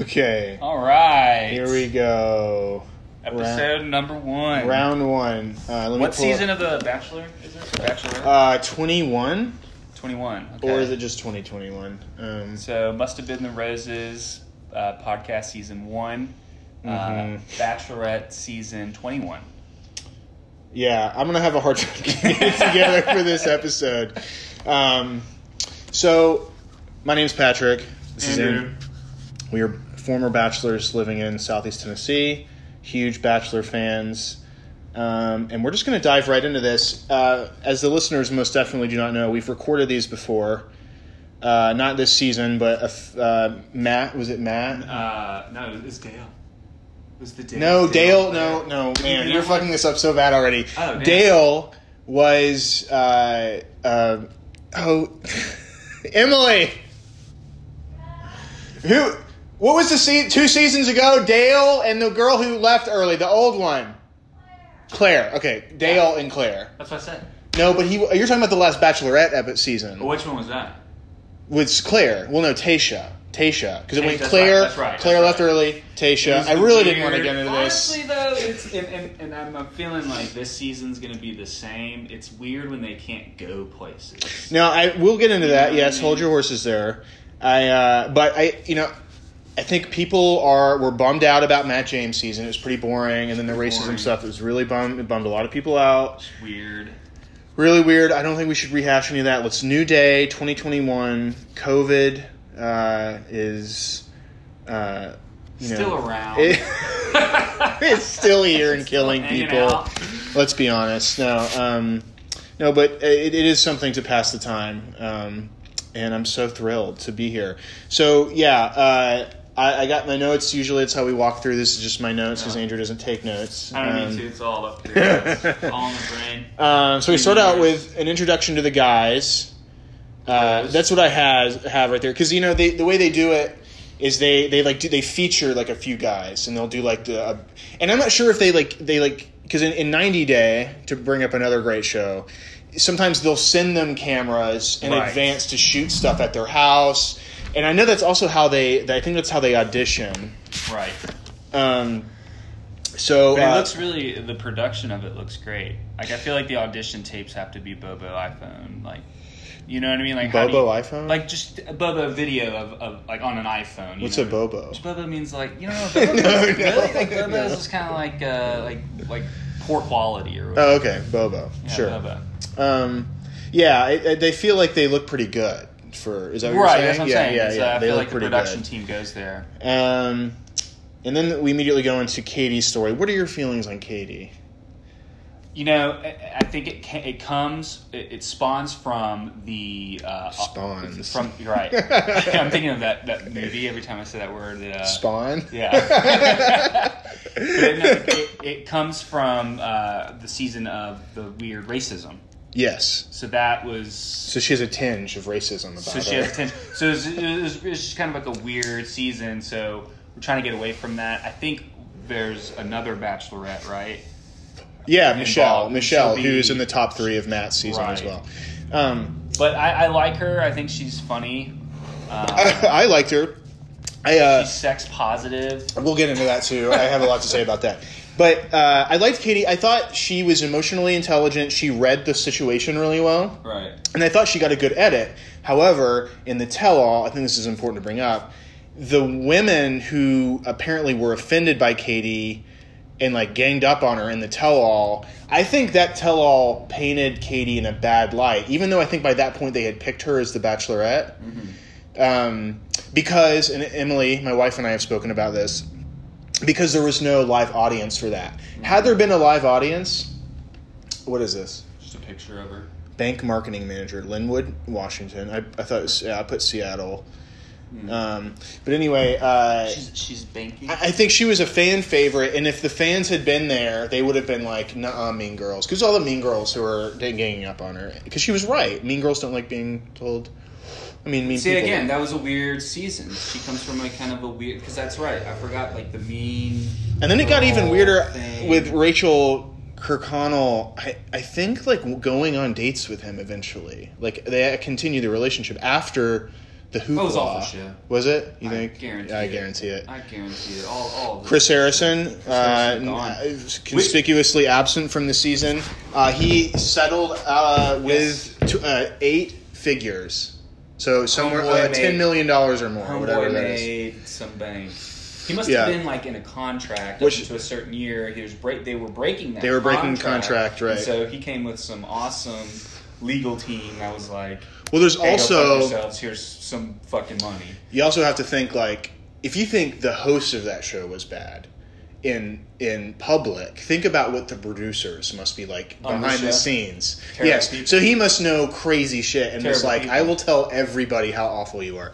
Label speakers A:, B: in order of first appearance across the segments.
A: Okay.
B: All right.
A: Here we go.
B: Episode number one.
A: Round one. Uh, let me
B: What
A: pull up-
B: season of The Bachelor is this? Bachelor?
A: Uh, 21?
B: 21. Okay.
A: Or is it just 2021? Um,
B: So, must have been the Roses uh, podcast season one, uh,
A: Mhm.
B: Bachelorette season 21.
A: yeah, I'm going to have a hard time getting it together for this episode. Um, so, my name's Patrick. This is
B: Andrew.
A: Andrew. We are former bachelors living in Southeast Tennessee, huge Bachelor fans. Um, and we're just going to dive right into this. Uh, as the listeners most definitely do not know, we've recorded these before. Uh, not this season, but a f- uh, Matt, was it Matt?
C: Uh, no, it was Dale. It was the Dale.
A: No, Dale.
C: Dale
A: No,
C: player.
A: no, man,
C: you
A: you're
C: know
A: fucking this up so bad already.
C: Oh, damn.
A: Dale was uh, uh, oh, Emily. Who? What was the se- two seasons ago? Dale and the girl who left early, the old one. Claire. Okay, Dale and Claire.
C: That's what I said.
A: No, but he. You're talking about the last Bachelorette epi- season
C: But which one was that?
A: was Claire. Well, no, Tasha. Tasha, because it
C: Tasha,
A: went
C: that's
A: Claire.
C: right, that's right,
A: Claire left
C: that's right.
A: early. Tasha.
C: It
A: I
C: was
A: really didn't want to
C: weird.
A: get into this.
C: Honestly, though, it's and, and, and I'm, I'm feeling like this season's gonna be the same. It's weird when they can't go places.
A: No, I will get into that. Yes, hold your horses there. I, uh, but I, you know, I think people are were bummed out about Matt James season. It was pretty boring, and then the racism
C: Boring.
A: stuff was really bummed. It bummed a lot of people out.
C: It's weird.
A: Really weird. I don't think we should rehash any of that. Let's new day, twenty twenty one. COVID uh, is, uh, you
C: Still
A: know,
C: around.
A: it- it's still here and killing
C: hanging
A: people.
C: out.
A: Let's be honest. No, um, no, but it, it is something to pass the time, um, and I'm so thrilled to be here. So yeah, uh, I, I got my notes. Usually, it's how we walk through. This is just my notes because
C: Yeah.
A: Andrew doesn't take notes.
C: I don't
A: Um,
C: need to. It's all up here. It's all in the brain.
A: um, so we start
B: Hmm.
A: out
C: years.
A: with an introduction to the guys. Uh, that's what I has, have right there because you know they, the way they do it is they they like do they feature like a few guys and they'll do like the uh, and I'm not sure if they like they like because in, in 90 Day to bring up another great show sometimes they'll send them cameras in
B: Right.
A: advance to shoot stuff at their house and I know that's also how they I think that's how they audition
B: Right.
A: um, so
B: But
A: uh,
B: it looks really, the production of it looks great. Like, I feel like the audition tapes have to be Bobo iPhone. Like, you know what I mean? Like, how do
A: Bobo
B: you-
A: iPhone
B: Like, just a Bobo video of, of like, on an iPhone. you
A: what's
B: know?
A: a bobo
B: Which Bobo means like you know Bobo
A: No,
B: really
A: no,
B: like Bobo
A: no.
B: is just kind of like uh, like like poor quality or whatever.
A: Oh, okay, Bobo.
B: Yeah,
A: sure.
B: Bobo.
A: Um, yeah, I, I, they feel like they look pretty good for. Is that what
B: Right,
A: you're
B: that's
A: saying?
B: what I'm
A: yeah,
B: saying.
A: yeah,
B: It's,
A: yeah.
B: uh, I
A: they
B: feel
A: look
B: like the
A: pretty
B: production team goes there.
A: good. Um, and then we immediately go into Katie's story. What are your feelings on Katie?
B: You know, I, I think it ca- it comes it, it spawns from the uh,
A: Spawns.
B: from right. I'm thinking of that that movie every time I say that word. That, uh,
A: Spawn.
B: Yeah. But no, it, it comes from uh, the season of the weird racism.
A: yes.
B: So that was
A: So she has a tinge of racism about
B: So she
A: her.
B: has ten. So it's it was, it was just kind of like a weird season. So we're trying to get away from that. I think there's another Bachelorette, right?
A: yeah,
B: involved.
A: Michelle.
B: She'll
A: Michelle,
B: be-
A: who's in the top three of Matt's season as
B: Right.
A: well. Um,
B: But I, I like her. I think she's funny. Um,
A: I, I liked her. I uh,
B: she's sex positive.
A: We'll get into that too. I have a lot to say about that. But uh, I liked Katie. I thought she was emotionally intelligent. She read the situation really well.
B: Right.
A: And I thought she got a good edit. However, in the tell all, I think this is important to bring up the women who apparently were offended by Katie and like ganged up on her in the tell all, I think that tell all painted Katie in a bad light, even though I think by that point they had picked her as the bachelorette. Um, because, and Emily, my wife, and I have spoken about this, because there was no live audience for that. Had there been a live audience, what is this?
B: Just a picture of her.
A: bank marketing manager, Linwood, Washington. I, I thought it was, yeah, I put Seattle.
C: Hmm.
A: Um, but anyway, uh,
B: She's she's banking.
A: I I think she was a fan favorite, and if the fans had been there, they would have been like, "Nah, Mean Girls," because all the Mean Girls who are ganging up on her, because she was right. Mean Girls don't like being told. I mean, mean
C: See
A: people.
C: again, that was a weird season. She comes from like kind of a weird because that's right. I forgot like the mean.
A: And then it got even
C: girl
A: weirder
C: thing.
A: with Rachel Kirkconnell. I, I think like going on dates with him eventually. Like they continue the relationship after the hoopla.
C: That was awful shit.
A: Was it? You
C: I
A: think?
C: guarantee
A: I
C: it.
A: guarantee it.
C: I guarantee it. All, all of this.
A: Chris Harrison, uh,
C: Harrison gone.
A: n- uh, conspicuously absent from the season. Uh, he settled uh, with t- uh, eight figures, so somewhere
C: Homeboy
A: uh, ten
C: made-
A: million dollars or more, whatever
C: Homeboy
A: that is.
C: made some bank. He must
A: Yeah.
C: have been like in a contract
A: Which-
C: up to a certain year. He was break. They were breaking that.
A: They were breaking the contract, right.
C: And so he came with some awesome legal team that was like,
A: Well, there's
C: hey, go fuck
A: also
C: yourselves. Here's some fucking money.
A: you also have to think like if you think the host of that show was bad in in public think about what the producers must be like
C: On
A: behind
C: the
A: the
C: show?
A: scenes
C: Terrible
A: yes
C: people.
A: so he must know crazy shit and was
C: Terrible
A: like
C: people.
A: i will tell everybody how awful you are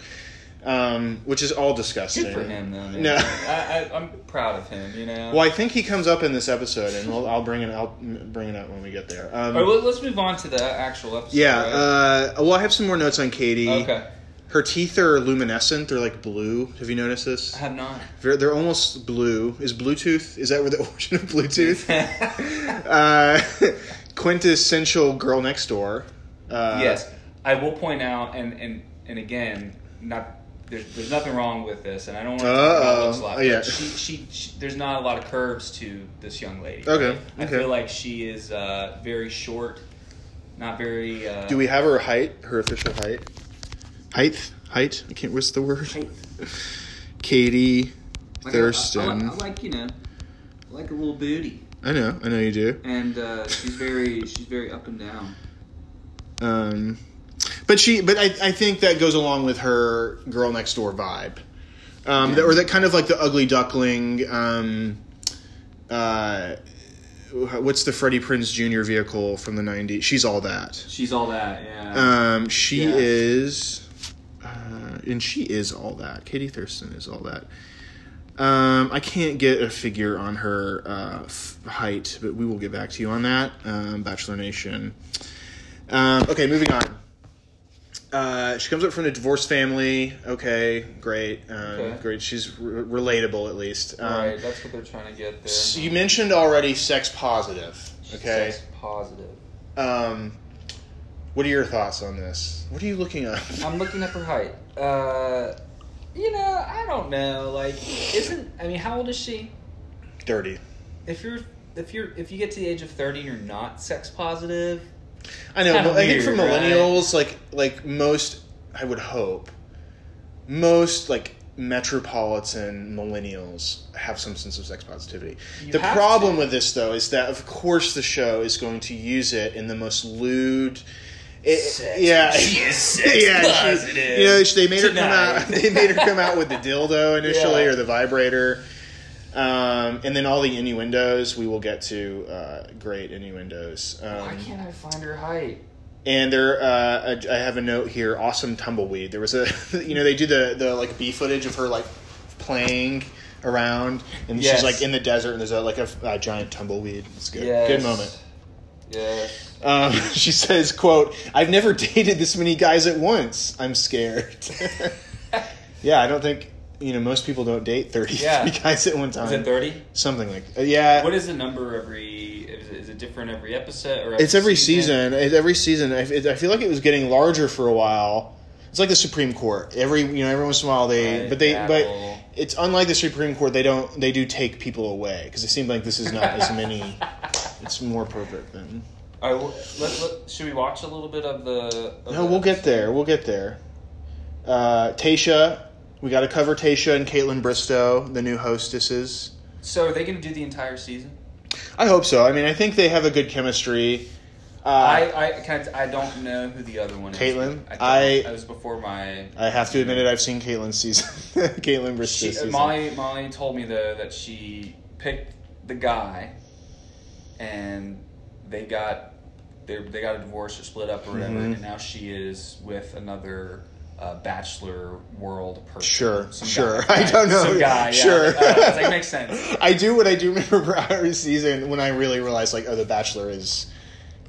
A: um, which is all disgusting
C: Good for him, though. Man.
A: No.
C: I, I, I'm proud of him. You know.
A: well i think he comes up in this episode and we'll, i'll bring it i'll bring it up when we get there um,
C: All right, well, let's move on to the actual episode.
A: yeah
C: right?
A: uh, well i have some more notes on katie
C: okay.
A: her teeth are luminescent they're like blue have you noticed this
C: I have not.
A: They're, they're almost blue. Is Bluetooth? Is that where the origin of Bluetooth? uh, quintessential girl next door. Uh,
C: yes, I will point out, and and and again, not there's there's nothing wrong with this, and I don't want to talk
A: Uh-oh.
C: about looks a lot.
A: Oh, yeah.
C: but she, she she there's not a lot of curves to this young lady.
A: Okay,
C: right? I
A: okay.
C: feel like she is uh, very short, not very. Uh,
A: Do we have her height? Her official height? Height? Height? I can't. What's the word?
C: Height.
A: Katie
C: like, I- I, I,
A: Thurston.
C: like- I like you know, I like a little booty,
A: I know. I know you do.
C: and uh, she's very she's very up and down.
A: Um, but she, but I, I think that goes along with her girl next door vibe, um, that, or that kind of like the ugly duckling. Um, uh, what's the Freddie Prinze Jr. vehicle from the '90s? She's all that.
C: She's all that. Yeah.
A: Um, she
C: Yeah.
A: is, uh, and she is all that. Katie Thurston is all that. Um, I can't get a figure on her uh, f- height, but we will get back to you on that, um, Bachelor Nation. Um, okay, moving on. Uh, she comes up from a divorced family. Okay, great, um,
C: Okay.
A: great. She's re- relatable at least. Um,
C: all right, that's what they're trying to get there.
A: so you mentioned already sex positive.
C: She's
A: Okay.
C: sex positive.
A: Um, what are your thoughts on this? What are you looking up?
C: I'm looking up her height. Uh, you know, I don't know. Like, isn't I mean, how old is she?
A: Dirty.
C: If you're if you're if you get to the age of thirty, and you're not sex positive.
A: I know.
C: Kinda
A: I think for
C: weird, right?
A: millennials, like like most, I would hope most like metropolitan millennials have some sense of sex positivity.
C: You
A: the
C: have
A: problem
C: to.
A: with this though is that of course the show is going to use it in the most lewd. It,
C: Sex.
A: Yeah,
C: She is sex
A: yeah, she-
C: positive
A: you know, she- they made her come out.
C: tonight.
A: They made her come out with the dildo initially
C: Yeah.
A: or the vibrator. Um, and then all the innuendos we will get to uh, great innuendos. Um,
C: Why can't I find her height?
A: and there, uh, I have a note here. Awesome tumbleweed. There was a, you know, they do the the like B footage of her like playing around, and she's
C: Yes.
A: like in the desert, and there's a, like a, a giant tumbleweed. It's good.
C: Yes.
A: Good moment.
C: Yes.
A: Um, she says, "quote I've never dated this many guys at once. I'm scared." yeah, I don't think you know most people don't date thirty
C: Yeah.
A: guys at one time.
C: Is it thirty?
A: Something like uh, yeah.
C: What is the number every? Is it, is it different every episode? Or
A: It's every season. It's every season. I, it, I feel like it was getting larger for a while. It's like the Supreme Court. Every you know, every once in a while they,
C: Right,
A: but they,
C: Apple.
A: but it's unlike the Supreme Court. They don't. They do take people away because it seems like this is not as many. It's more perfect than.
C: All right, well, let, let, should we watch a little bit of the? Of
A: No,
C: the-
A: we'll get there. We'll get there. Uh, Tasha, we got to cover Tasha and Caitlin Bristow, the new hostesses.
C: So are they going to do the entire season?
A: I hope so. I mean, I think they have a good chemistry. Uh,
C: I I can I, I don't know who the other one is.
A: Caitlyn?
C: I,
A: I-
C: I was before my.
A: I have to admit it. I've seen Caitlin's season. Caitlin Bristow.
C: She,
A: season.
C: Molly Molly told me though that she picked the guy, and they got they they got a divorce or split up or whatever,
A: Mhm.
C: and now she is with another. Uh, bachelor world person.
A: Sure,
C: Some
A: sure.
C: guy,
A: I don't know.
C: Some guy, yeah.
A: Sure.
C: Uh, it's like, makes sense.
A: I do what I do remember our season when I really realized like, oh, The Bachelor is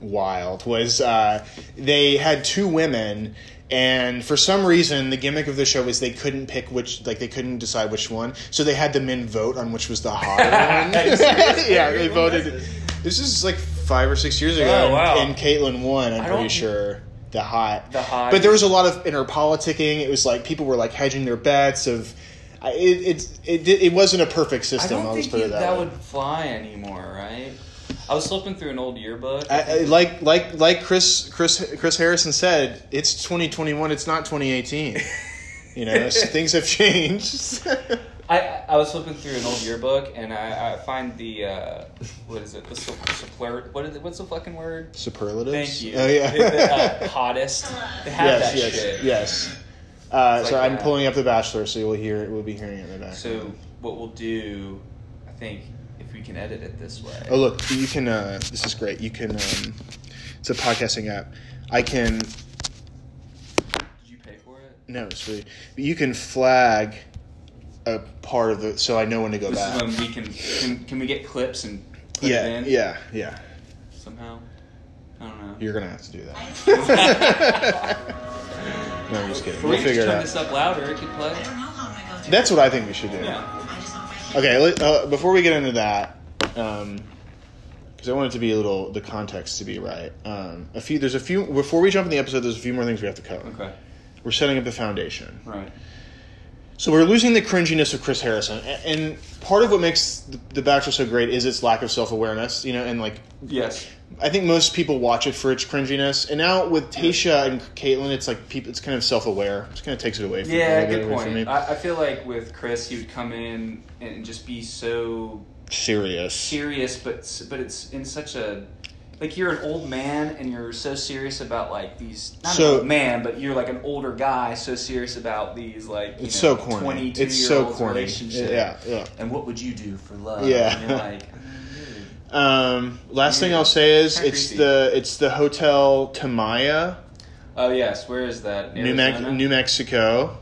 A: wild. Was uh, they had two women, and for some reason, the gimmick of the show is they couldn't pick which, like they couldn't decide which one, so they had the men vote on which was the hotter one. yeah, they
C: Everyone does
A: voted.
C: this.
A: This is like five or six years ago,
C: Oh,
A: and-
C: wow.
A: and Caitlyn won. I'm
C: I
A: pretty
C: don't-
A: sure. the hot.
C: The hot-
A: But there was a lot of inner politicking. It was like people were like hedging their bets of. I- It it it, di- it wasn't a perfect
C: I
A: system.
C: don't
A: I'll just
C: think
A: put
C: you-
A: it that,
C: that,
A: way.
C: would fly anymore, right? I was flipping through an old yearbook.
A: I, I, like like like Chris Chris Chris Harrison said, it's 2021. It's not 2018. you know, so things have changed.
C: I, I was flipping through an old yearbook and I, I find the uh, what is it? The su- supler- what is it? What's the fucking word?
A: Superlatives.
C: Thank you.
A: Oh yeah.
C: The- the, uh, hottest. They have
A: yes,
C: that
A: yes,
C: shit.
A: yes. Uh,
C: It's
A: so
C: like
A: I'm
C: that.
A: pulling up The Bachelor, so you'll hear it. We'll be hearing it in the back.
C: So what we'll do, I think, if we can edit it this way.
A: oh look, you can. Uh, this is great. You can. Um, it's a podcasting app. I can.
C: Did you pay for it?
A: No, it's free. But you can flag a part of the, so I know when to go
C: This
A: back.
C: is when we can, can can we get clips and put
A: yeah,
C: it in
A: yeah, yeah.
C: somehow? I don't know.
A: You're gonna have to do that. no, I'm just kidding.
C: Or
A: We'll
C: we can
A: figure it
C: just turn
A: out.
C: this up louder. It could play.
D: I don't know how I'm gonna go through.
A: That's what I think we should do.
C: Yeah.
D: I just know if I hit
A: Okay, let, uh, before we get into that, because I want it to be a little the context to be right. Um, a few, there's a few before we jump in the episode. There's a few more things we have to cover.
C: Okay.
A: We're setting up the foundation.
C: Right.
A: So we're losing the cringiness of Chris Harrison, a- and part of what makes The- The Bachelor so great is its lack of self awareness. You know, and like
C: Yes.
A: I think most people watch it for its cringiness, and now with Tasha and Caitlyn, it's like people, it's kind of self aware. It kind of takes it away. From
C: Yeah,
A: a little bit
C: good
A: away from
C: point.
A: me.
C: I, I feel like with Chris, he would come in and just be so
A: Serious.
C: serious, but s- but it's in such a like you're an old man and you're so serious about like these not
A: So-
C: an old man, but you're like an older guy so serious about these like you
A: It's
C: know,
A: so corny.
C: 22
A: It's
C: year
A: so
C: olds
A: corny.
C: relationship.
A: Yeah, yeah.
C: And what would you do for love?
A: Yeah.
C: And you're like
A: Um, last thing
C: Yeah.
A: I'll say is
C: Kinda
A: it's
C: creepy.
A: the it's the Hotel Tamaya,
C: oh yes, where is that?
A: New, Mex-
C: Arizona?
A: New Mexico.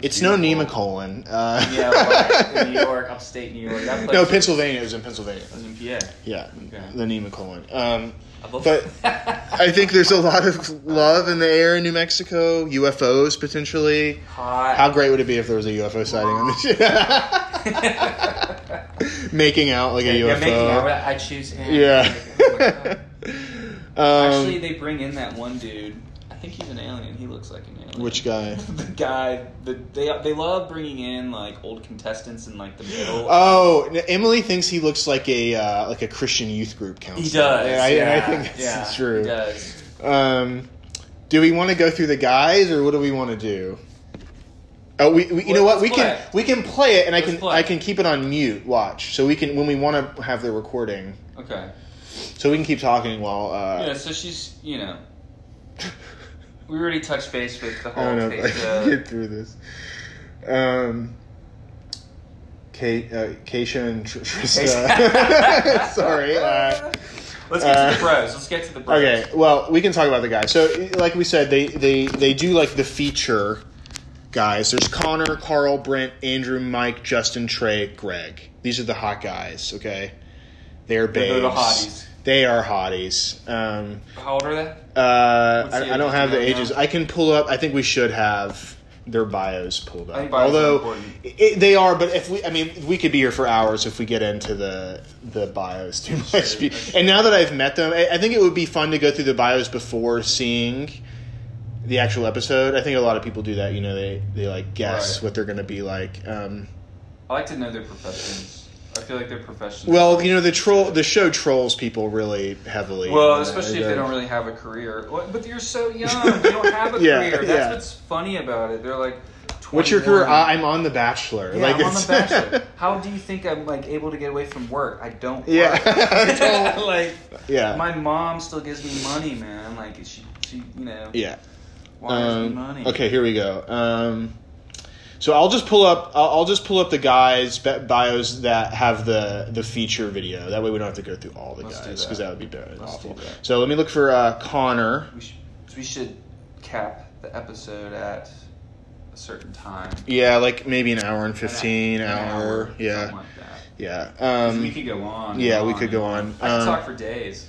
A: It's no
C: Beautiful.
A: Nemacolin. Uh,
C: yeah, right. in New York, upstate New York. That place
A: no,
C: is-
A: Pennsylvania. It was in Pennsylvania.
C: is in PA.
A: Yeah,
C: Okay.
A: the Nemacolin. Um,
C: I love
A: But-
C: that.
A: I think there's a lot of love in the air in New Mexico. UFOs potentially.
C: Hot.
A: How great would it be if there was a UFO sighting on the making out like a
C: Yeah, making out
A: UFO?
C: with- I choose him.
A: Yeah.
C: Actually,
A: um,
C: they bring in that one dude. I think he's an alien. He looks like an alien.
A: which guy?
C: the guy? The, they they love bringing in like old contestants in like the middle.
A: Oh, n- Emily thinks he looks like a uh, like a Christian youth group counselor.
C: he does.
A: And I,
C: yeah,
A: and I think that's
C: yeah, He
A: true.
C: does.
A: Um, do we want to go through the guys, or what do we want to do? Oh, we, we you know what
C: Let's
A: we
C: play
A: can
C: it.
A: we can play it, and I
C: Let's
A: can
C: play
A: I
C: it.
A: can keep it on mute. Watch, so we can when we want to have the recording,
C: Okay.
A: so we can keep talking while. Uh,
C: Yeah. So she's you know. We already touched base with the
A: I
C: whole
A: don't know if I
C: taste
A: can get through this. Um, Kate, uh, Keisha and Tr- Trista. Sorry. Uh,
C: Let's get to
A: uh,
C: the pros. Let's get to the pros.
A: okay, well, we can talk about the guys. So, like we said, they they they do like the feature guys. There's Connor, Carl, Brent, Andrew, Mike, Justin, Trey, Greg. These are the hot guys. Okay, they're babes.
C: They're the hotties.
A: They are hotties. Um,
C: How old are they?
A: uh,
C: Let's see
A: I, I
C: if
A: don't
C: we
A: have the
C: can-
A: ages. I can pull up. I think we should have their bios pulled up.
C: I think bios are
A: Although
C: important.
A: it, they are, but if we, I mean, we could be here for hours if we get into the the bios too much.
C: Sure.
A: And now that I've met them, I, I think it would be fun to go through the bios before seeing the actual episode. I think a lot of people do that. You know, they they like guess
C: Right.
A: what they're going to be like. Um,
C: I like to know their professions. I feel like their professions.
A: well, you know, the troll the show trolls people really heavily.
C: Well,
A: Uh,
C: especially if
A: the-
C: they don't really have a career. What- But you're so young. You don't have a
A: Yeah,
C: career. That's
A: yeah.
C: what's funny about it. They're like, 21.
A: What's your career? I, I'm on The Bachelor.
C: Yeah,
A: like
C: I'm on
A: it's-
C: the Bachelor. How do you think I'm like able to get away from work? I don't.
A: Yeah.
C: work.
A: I don't-
C: like
A: Yeah.
C: my mom still gives me money, man. Like she, she, you know,
A: yeah.
C: wires me
A: Um,
C: money.
A: Okay, here we go. Um, so I'll just pull up. I'll, I'll just pull up the guys' bi- bios that have the the feature video. That way we don't have to go through all the
C: Let's do
A: guys because
C: that.
A: that would be bad,
C: Let's
A: awful.
C: do that.
A: So let me look for uh, Connor.
C: We should, we should cap the episode at a certain time.
A: Yeah, like maybe an hour and fifteen
C: An
A: hour.
C: something
A: Yeah,
C: like that.
A: yeah.
C: 'Cause we
A: Um,
C: could go on. and
A: yeah, we
C: on
A: could
C: and
A: go on.
C: I could
A: Um,
C: talk for days.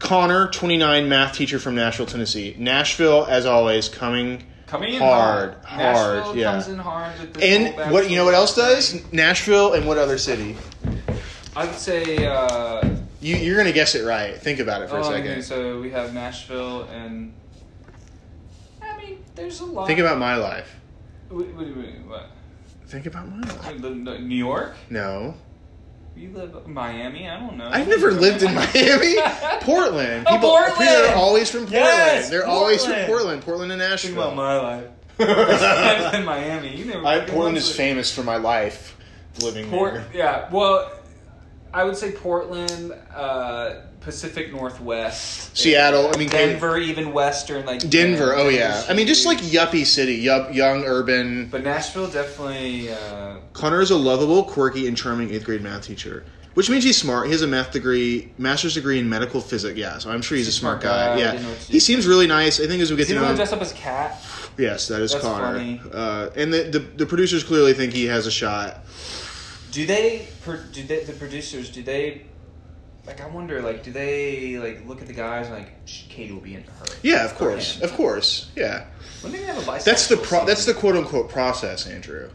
A: Connor, twenty nine, math teacher from Nashville, Tennessee. Nashville, as always, coming
C: Coming in
A: Hard,
C: hard,
A: hard,
C: Nashville
A: yeah.
C: comes in hard with this whole
A: And
C: back-
A: what you know what else does? Nashville and what other city?
C: I would say. Uh,
A: You, you're gonna guess it right. Think about it for a
C: oh, I
A: second.
C: mean, so we have Nashville and There's a lot.
A: Think about my life.
C: Wait, wait, wait, what?
A: Think about my life.
C: Wait, the- the- New York?
A: No.
C: You live Miami? I don't know.
A: I've never lived in Miami. Portland. People,
C: Oh, Portland!
A: people are always from Portland.
C: Yes,
A: They're always from
C: Portland.
A: Portland. Portland and Nashville.
C: Think about my life. I've been in Miami. You never.
A: I,
C: fucking
A: Portland
C: lived
A: is
C: there.
A: famous for my life living
C: Port,
A: there.
C: yeah. Well, I would say Portland, uh, Pacific Northwest,
A: Seattle, I mean,
C: Denver, even Western, like
A: Denver.
C: yeah,
A: Oh yeah.
C: Denver's
A: I mean, just like
C: huge.
A: yuppie city, yup, young urban.
C: But Nashville definitely. Uh,
A: Connor is a lovable, quirky, and charming eighth grade math teacher, which means he's smart. He has a math degree, master's degree in medical physics. Yeah, so I'm sure he's, a smart, guy.
C: I didn't know
A: Yeah,
C: what to
A: he
C: do.
A: seems really nice. I think as we get to
C: did you
A: know
C: want
A: him,
C: to dress up as cat?
A: yes, that is
C: That's
A: Connor.
C: funny.
A: Uh, and the, the the producers clearly think he has a shot.
C: Do they? pro- Do they? The producers? Do they? Like I wonder. Like do they? Like look at the guys and like "Shh, Katie will be into her.
A: Yeah, of
C: Or
A: course,
C: him.
A: of course. Yeah,
C: When do they have a bisexual?
A: that's the pro- that's the
C: season?
A: quote unquote process, Andrew.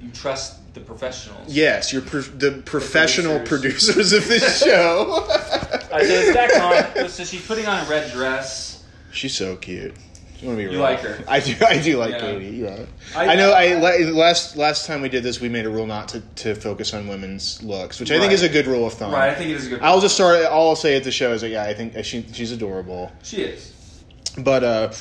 C: You trust the professionals.
A: Yes, you're pro- the professional
C: producers.
A: producers. of this show.
C: All right, so it's back on. So she's putting on a red dress.
A: She's so cute. You, wanna be
C: You
A: real.
C: like her.
A: I do. I do like
C: Yeah.
A: Katie. You're right. I,
C: I-
A: know. I la- last last time we did this, we made a rule not to, to focus on women's looks, which I think
C: Right.
A: is a good rule of thumb.
C: Right, I think it is a good.
A: I'll just start. All I'll say at the show is that yeah, I think uh, she, she's adorable,
C: she is.
A: but uh,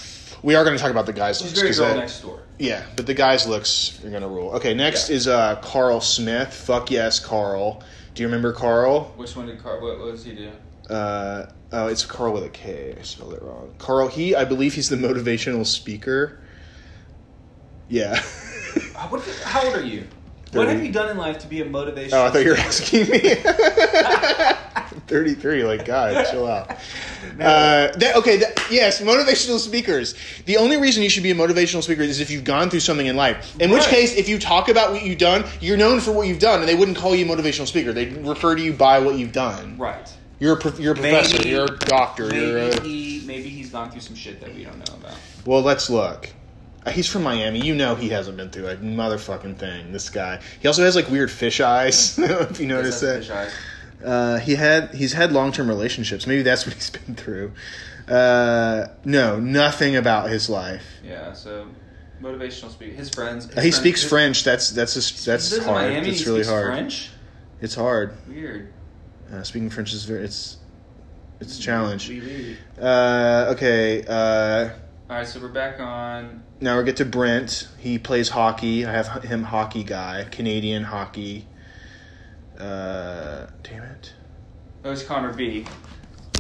A: we are going to talk about the guys'
C: She's
A: looks.
C: very
A: 'cause
C: girl
A: that-
C: next door.
A: Yeah, but the guys' looks are going to rule. Okay, next
C: Yeah.
A: is uh, Carl Smith. Fuck yes, Carl. Do you remember Carl?
C: Which one did Car? What, what does he do?
A: Uh, oh, it's Carl with a K. I spelled it wrong. Carl. He, I believe, he's the motivational speaker. Yeah.
C: Uh, What, how old are you? What
A: Thirty.
C: have you done in life to be a motivation?
A: oh, I thought you were asking me. Thirty-three. Like, God, chill out. Uh, that, okay. That, yes, motivational speakers. The only reason you should be a motivational speaker is if you've gone through something in life. In which
C: Right.
A: case, if you talk about what you've done, you're known for what you've done, and they wouldn't call you a motivational speaker. They'd refer to you by what you've done.
C: right.
A: You're a prof- you're a professor.
C: Maybe-
A: you're a doctor.
C: Maybe
A: you're a,
C: he maybe he's gone through some shit that we don't know about.
A: Well, let's look. Uh, He's from Miami. You know he hasn't been through a motherfucking thing. This guy. He also has like weird fish eyes. if you notice
C: That's
A: that.
C: Fisheye.
A: Uh, he had he's had long term relationships. Maybe that's what he's been through. Uh, no, nothing about his life.
C: Yeah. So motivational speak. His friends. His
A: Uh, he
C: friends-
A: speaks
C: his-
A: French. That's that's a, s-
C: he
A: that's
C: lives in
A: hard.
C: Miami,
A: it's
C: he
A: really
C: speaks
A: hard.
C: French.
A: It's hard.
C: Weird.
A: Uh, speaking French is very it's it's a challenge.
C: We- we-
A: Uh, okay. Uh,
C: All right. So we're back on.
A: Now we get to Brent. He plays hockey. I have him hockey guy, Canadian hockey. Uh, damn it.
C: Oh, it's Connor B.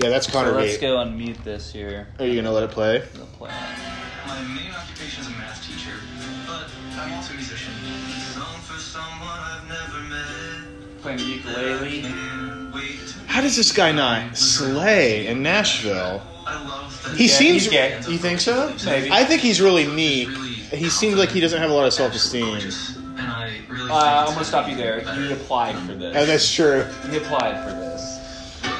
A: Yeah, that's Connor.
B: so
A: B.
B: let's go unmute this here.
A: Are you gonna let it play?
B: The play.
D: My main occupation is a math teacher, but I'm also a musician. Known for someone I've never met.
C: Playing the ukulele.
D: Can't wait to-
A: How does this guy not slay in Nashville?
D: I love the
A: He
B: Yeah,
A: seems.
B: he's gay.
A: You think so?
B: Maybe.
A: I think he's really meek. He seems like he doesn't have a lot of self-esteem.
D: And I really
B: Uh, I'm
D: think
B: gonna
D: it's
B: stop you there. You
D: better.
B: applied for
A: And
B: this.
A: Oh, that's true.
B: You applied for this.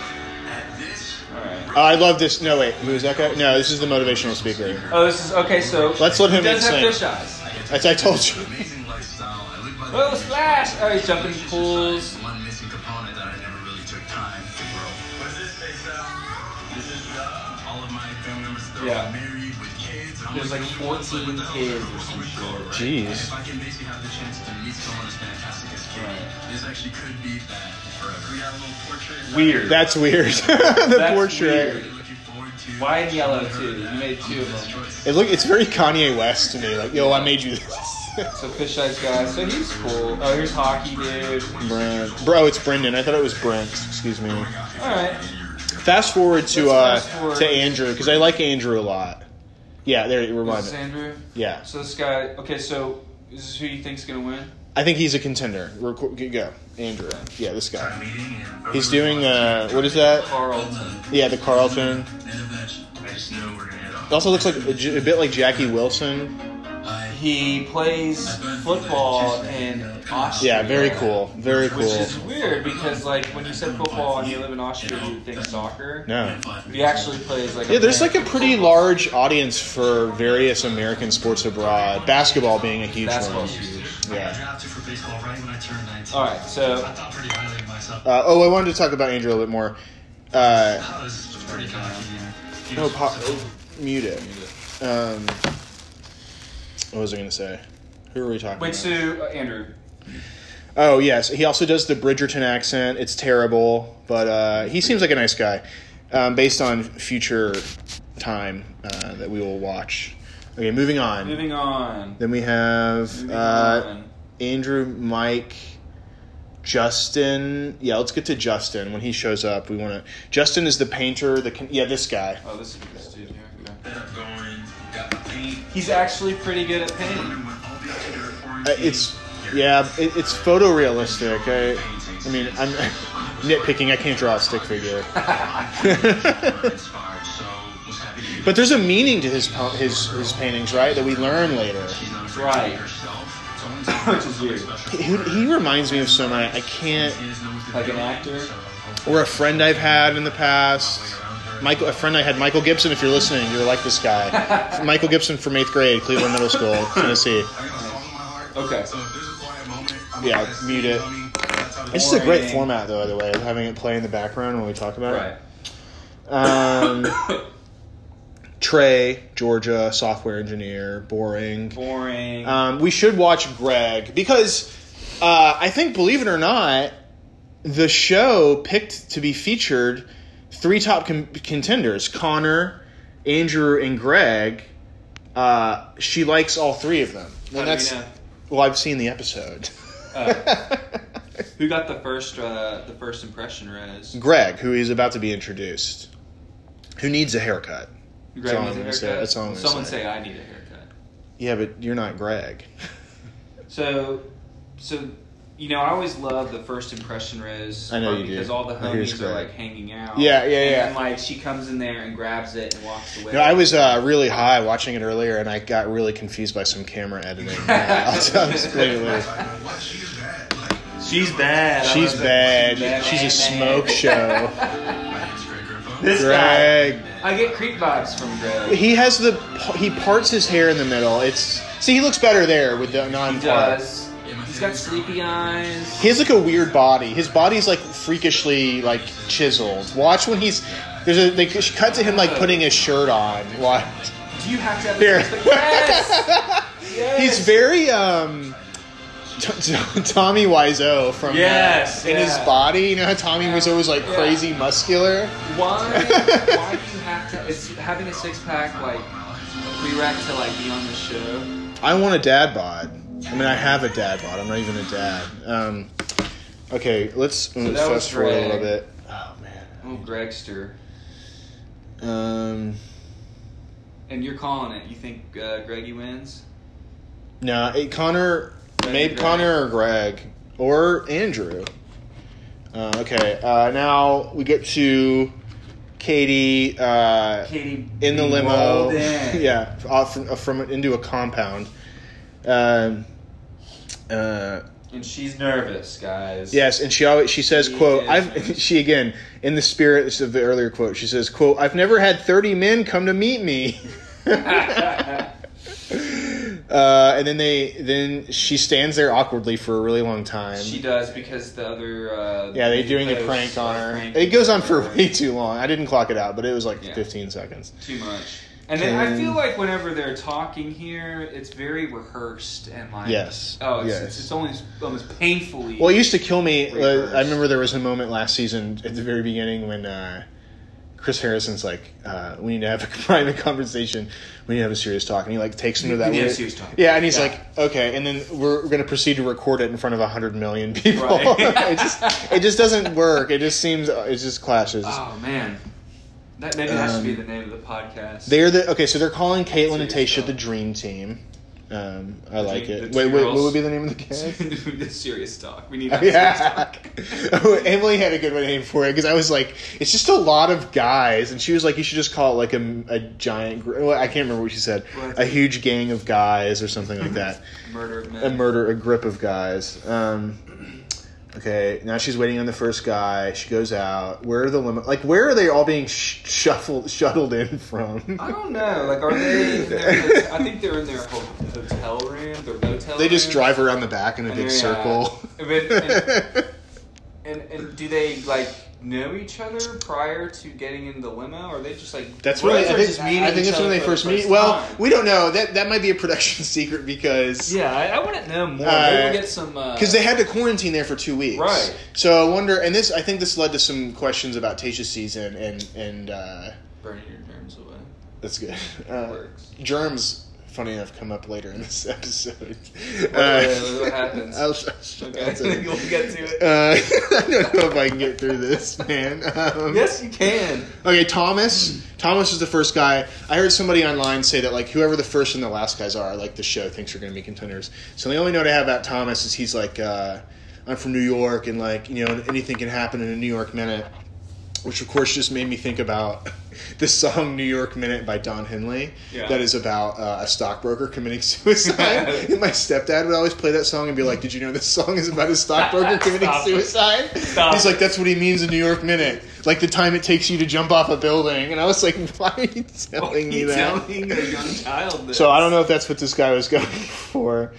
D: At this
B: All right.
A: Oh, I love this. No, wait. Who is that guy? No, this is the motivational speaker.
B: Oh, this is okay. So
A: Let's let him
B: he does have
A: sing.
B: fish eyes.
A: As I told you.
D: amazing lifestyle, I live by the
B: Oh,
D: beach.
B: splash! Oh, he's jumping in
D: Musician
B: pools.
D: side, One missing component that I never really took time to grow. What's this face out? This is uh, all of my family members that are
B: Yeah.
D: married with kids. I'm
B: There's like
D: the only one that's
B: 14
D: what the hell?
B: kids or some shit.
D: Right?
A: Jeez.
D: If I can basically have the chance to meet someone as fantastic as Katie,
B: Right.
D: this actually could be that forever. We got a little portrait.
B: Weird.
A: That's weird. the
B: That's
A: portrait.
B: weird.
D: Really looking forward to
B: Why in yellow
D: showing her
B: too?
D: that
B: You made
D: I'm
B: two of
D: this
B: them.
D: choice.
A: It look. It's very Kanye West to me. Like, yo, I made you this.
B: So fish eyes guy. So he's cool. Oh, here's hockey dude.
A: Brent. Bro, it's Brendan. I thought it was Brent. Excuse me.
B: All right.
A: Fast forward to uh
B: Let's fast forward.
A: to Andrew because I like Andrew a lot. Yeah, there you
B: This
A: remind
B: is
A: me.
B: Andrew.
A: Yeah,
B: So this guy. Okay, so is this who you think's gonna win?
A: I think he's a contender. Reco- g- Go, Andrew. Yeah, this guy.
D: Meeting and-
A: He's doing uh, what is that?
B: Carl.
A: Yeah, the Carlton.
D: End of that. uh, I just know we're gonna hit off.
A: It also looks like a, j- a bit like Jackie Wilson.
B: He plays football in Austria.
A: Yeah, very cool. Very
B: Which
A: cool.
B: is weird because like when you said football and you live in Austria, you would think soccer.
A: No.
B: He actually plays like.
A: Yeah, there's like a
B: American
A: pretty large audience for various American sports abroad. Basketball being a huge
B: Basketball.
A: one. Yeah.
D: I drafted for baseball right when I turned 19.
B: All right, so
D: I thought pretty highly of myself.
A: Uh, oh, I wanted to talk about Andrew a little bit more. Uh,
D: I was pretty cocky.
A: no, pop, mute it. Um, What was I going to say? Who are we talking
C: Wait,
A: about?
C: so uh, Andrew,
A: Oh yes, he also does the Bridgerton accent. It's terrible, but uh, he seems like a nice guy. Um, based on future time uh, that we will watch. Okay, moving on.
C: moving on.
A: then we have
C: Moving
A: uh,
C: on.
A: Andrew, Mike, Justin. Yeah, let's get to Justin when he shows up. We want to. Justin is the painter. The con- yeah, this guy.
C: Oh, this is this dude here. Okay.
D: That I'm going, got my paint,
C: He's actually pretty good at painting.
D: wondering what I'll be up to during
A: Uh,
D: quarantine.
A: it's yeah, it, it's photorealistic. I, I mean, I'm nitpicking. I can't draw a stick figure.
D: Inspired, so was happy to be
A: But there's a meaning to his po- his his paintings, right? That we learn later.
D: She's not afraid
C: Right.
D: to be herself. It's only
C: Which is weird.
A: He, he reminds me of someone I can't,
C: Like an actor.
A: or a friend I've had in the past. Michael, a friend I had, Michael Gibson. If you're listening, you're like this guy, Michael Gibson from eighth grade, Cleveland Middle School, Tennessee.
C: Okay.
A: Yeah, mute it. This is a great format, though. By the way, of having it play in the background when we talk about
C: Right.
A: it. Um, Trey, Georgia, software engineer, boring.
C: Boring.
A: Um, we should watch Greg because uh, I think, believe it or not, the show picked to be featured three top con- contenders: Connor, Andrew, and Greg. Uh, she likes all three of them.
C: How
A: And
C: do we
A: that's
C: know? Oh.
A: well, I've seen the episode.
C: Who got the first uh, the first impression, Rez?
A: Greg, who is about to be introduced, who needs a haircut.
C: Greg
A: all
C: needs
A: I'm
C: a
A: gonna say.
C: haircut?
A: That's all I'm gonna
C: Someone
A: say.
C: say I need a haircut.
A: Yeah, but you're not Greg.
C: So, so you know, I always love the first impression Rez.
A: I know
C: part
A: you do.
C: because all the
A: I hear it's
C: homies are
A: great.
C: like hanging out.
A: Yeah, yeah,
C: and
A: yeah.
C: Then, like she comes in there and grabs it and walks away.
A: No, I was uh, really high watching it earlier, and I got really confused by some camera editing. I'll tell you later.
C: She's bad. I
A: She's
C: love that.
A: bad. She's a
C: bad,
A: smoke
C: bad.
A: show.
C: This
A: Greg.
C: I get creep vibes from Greg.
A: He has the he parts his hair in the middle. It's see he looks better there with the non
C: He does. He's got sleepy eyes.
A: He has like a weird body. His body's like freakishly like chiseled. Watch when he's there's a they cut to him like putting his shirt on. Watch.
C: Do you have to have
A: Here.
C: this? Yes. yes.
A: He's very um t- t- Tommy Wiseau from uh,
C: Yes,
A: in his
C: yeah.
A: body. You know how Tommy was always like
C: Yeah.
A: crazy muscular.
C: Why? Why do you have to? Is having a six pack like prereq to like be on the show?
A: I want a dad bod. I mean, I have a dad bod. I'm not even a dad. Um, okay, let's move
C: that was
A: fast forward a
C: Greg.
A: little bit. Oh man.
C: Oh, Gregster.
A: Um,
C: And you're calling it. You think uh, Greggy wins?
A: no, it, eh, Connor,
C: That'd be
A: maybe
C: Greg.
A: Connor or Greg or Andrew. Uh, okay, uh, now we get to Katie uh,
C: Katie
A: in the
C: being
A: limo.
C: rolled in.
A: yeah, off from, from into a compound. Um, uh,
C: And she's nervous, guys.
A: Yes, and she always she says,
C: She
A: "quote
C: is
A: I've
C: nervous.
A: she again in the spirit of the earlier quote. She says, "quote I've never had thirty men come to meet me." uh, and then they then she stands there awkwardly for a really long time.
C: She does because the other. Uh,
A: yeah, they're doing a
C: hosts
A: prank on
C: are
A: her.
C: pranking
A: It goes on for
C: her.
A: way too long. I didn't clock it out, but it was like
C: Yeah.
A: fifteen seconds.
C: too much. And then I
A: Can-
C: feel like whenever they're talking here, it's very rehearsed and like
A: Yes,
C: Oh, it's,
A: yes.
C: it's just almost almost painfully.
A: Well, it used to kill me.
C: Reverse.
A: Uh, I remember there was a moment last season at the very beginning when uh, Chris Harrison's like, uh, "We need to have a private conversation. We need to have a serious talk." And he like takes him to that.
C: need to have
A: weird-
C: serious talk.
A: Yeah, and he's
C: Yeah.
A: like, "Okay," and then we're, we're going to proceed to record it in front of hundred million people.
C: Right.
A: it just it just doesn't work. It just seems it just clashes.
C: Oh man, that maybe that should
A: Um,
C: be the name of the podcast.
A: They're the okay, so they're calling Caitlin and
C: Serious
A: Tasha
C: talk.
A: the Dream Team. Um, I like
C: Dream-
A: it.
C: the
A: Wait, wait, what
C: Girls.
A: would be the name of the cast?
C: the serious talk. We need that
A: Yeah.
C: serious talk.
A: Oh, Emily had a good name for it because I was like, it's just a lot of guys, and she was like, you should just call it like a, a giant. gr- Well, I can't remember what she said.
C: What?
A: A huge gang of guys or something like that.
C: Murder of men.
A: a murder, a grip of guys. Um, okay, now she's waiting on the first guy. She goes out. Where are the limo? Like, where are they all being sh- shuffled, shuttled in from?
C: I don't know. Like, are they? in their- I think they're in their ho- hotel room, their motel.
A: They just
C: room.
A: drive around the back in a
C: And
A: big
C: they're, uh,
A: circle.
C: and- and- And and do they like know each other prior to getting in the limo? Or are they just like
A: That's
C: brothers
A: really. I think,
C: just meeting
A: I think
C: each
A: that's when
C: other
A: they
C: for
A: first
C: the
A: meet.
C: first
A: Well,
C: time?
A: we don't know. That that might be a production secret because
C: yeah, I, I want to know more.
A: Uh,
C: Maybe we'll get some uh,
A: because they had to quarantine there for two weeks.
C: Right.
A: So I wonder, and this I think this led to some questions about Tasha's season, and and uh,
C: burning your germs away.
A: that's good. Uh,
C: Works.
A: germs, funny enough, come up later in this episode.
C: wait, what happens?
A: I'll, I'll, I'll
C: Okay, we'll get to it.
A: Uh, I don't know if I can get through this, man. Um,
C: yes, you can.
A: Okay, Thomas. Thomas is the first guy. I heard somebody online say that like whoever the first and the last guys are, like the show thinks are going to be contenders. So the only note I have about Thomas is he's like, uh, I'm from New York, and like you know anything can happen in a New York minute, which of course just made me think about the song "New York Minute" by Don Henley.
C: Yeah.
A: That is about uh, a stockbroker committing suicide. and my stepdad would always play that song and be like, "Did you know this song is about a stockbroker committing
B: Stop.
A: suicide?"
B: Stop.
A: He's like, that's what he means in New York Minute. Like the time it takes you to jump off a building. And I was like, why are you telling
C: Why are
A: me
C: you
A: that?
C: telling a young child this?
A: so I don't know if that's what this guy was going for.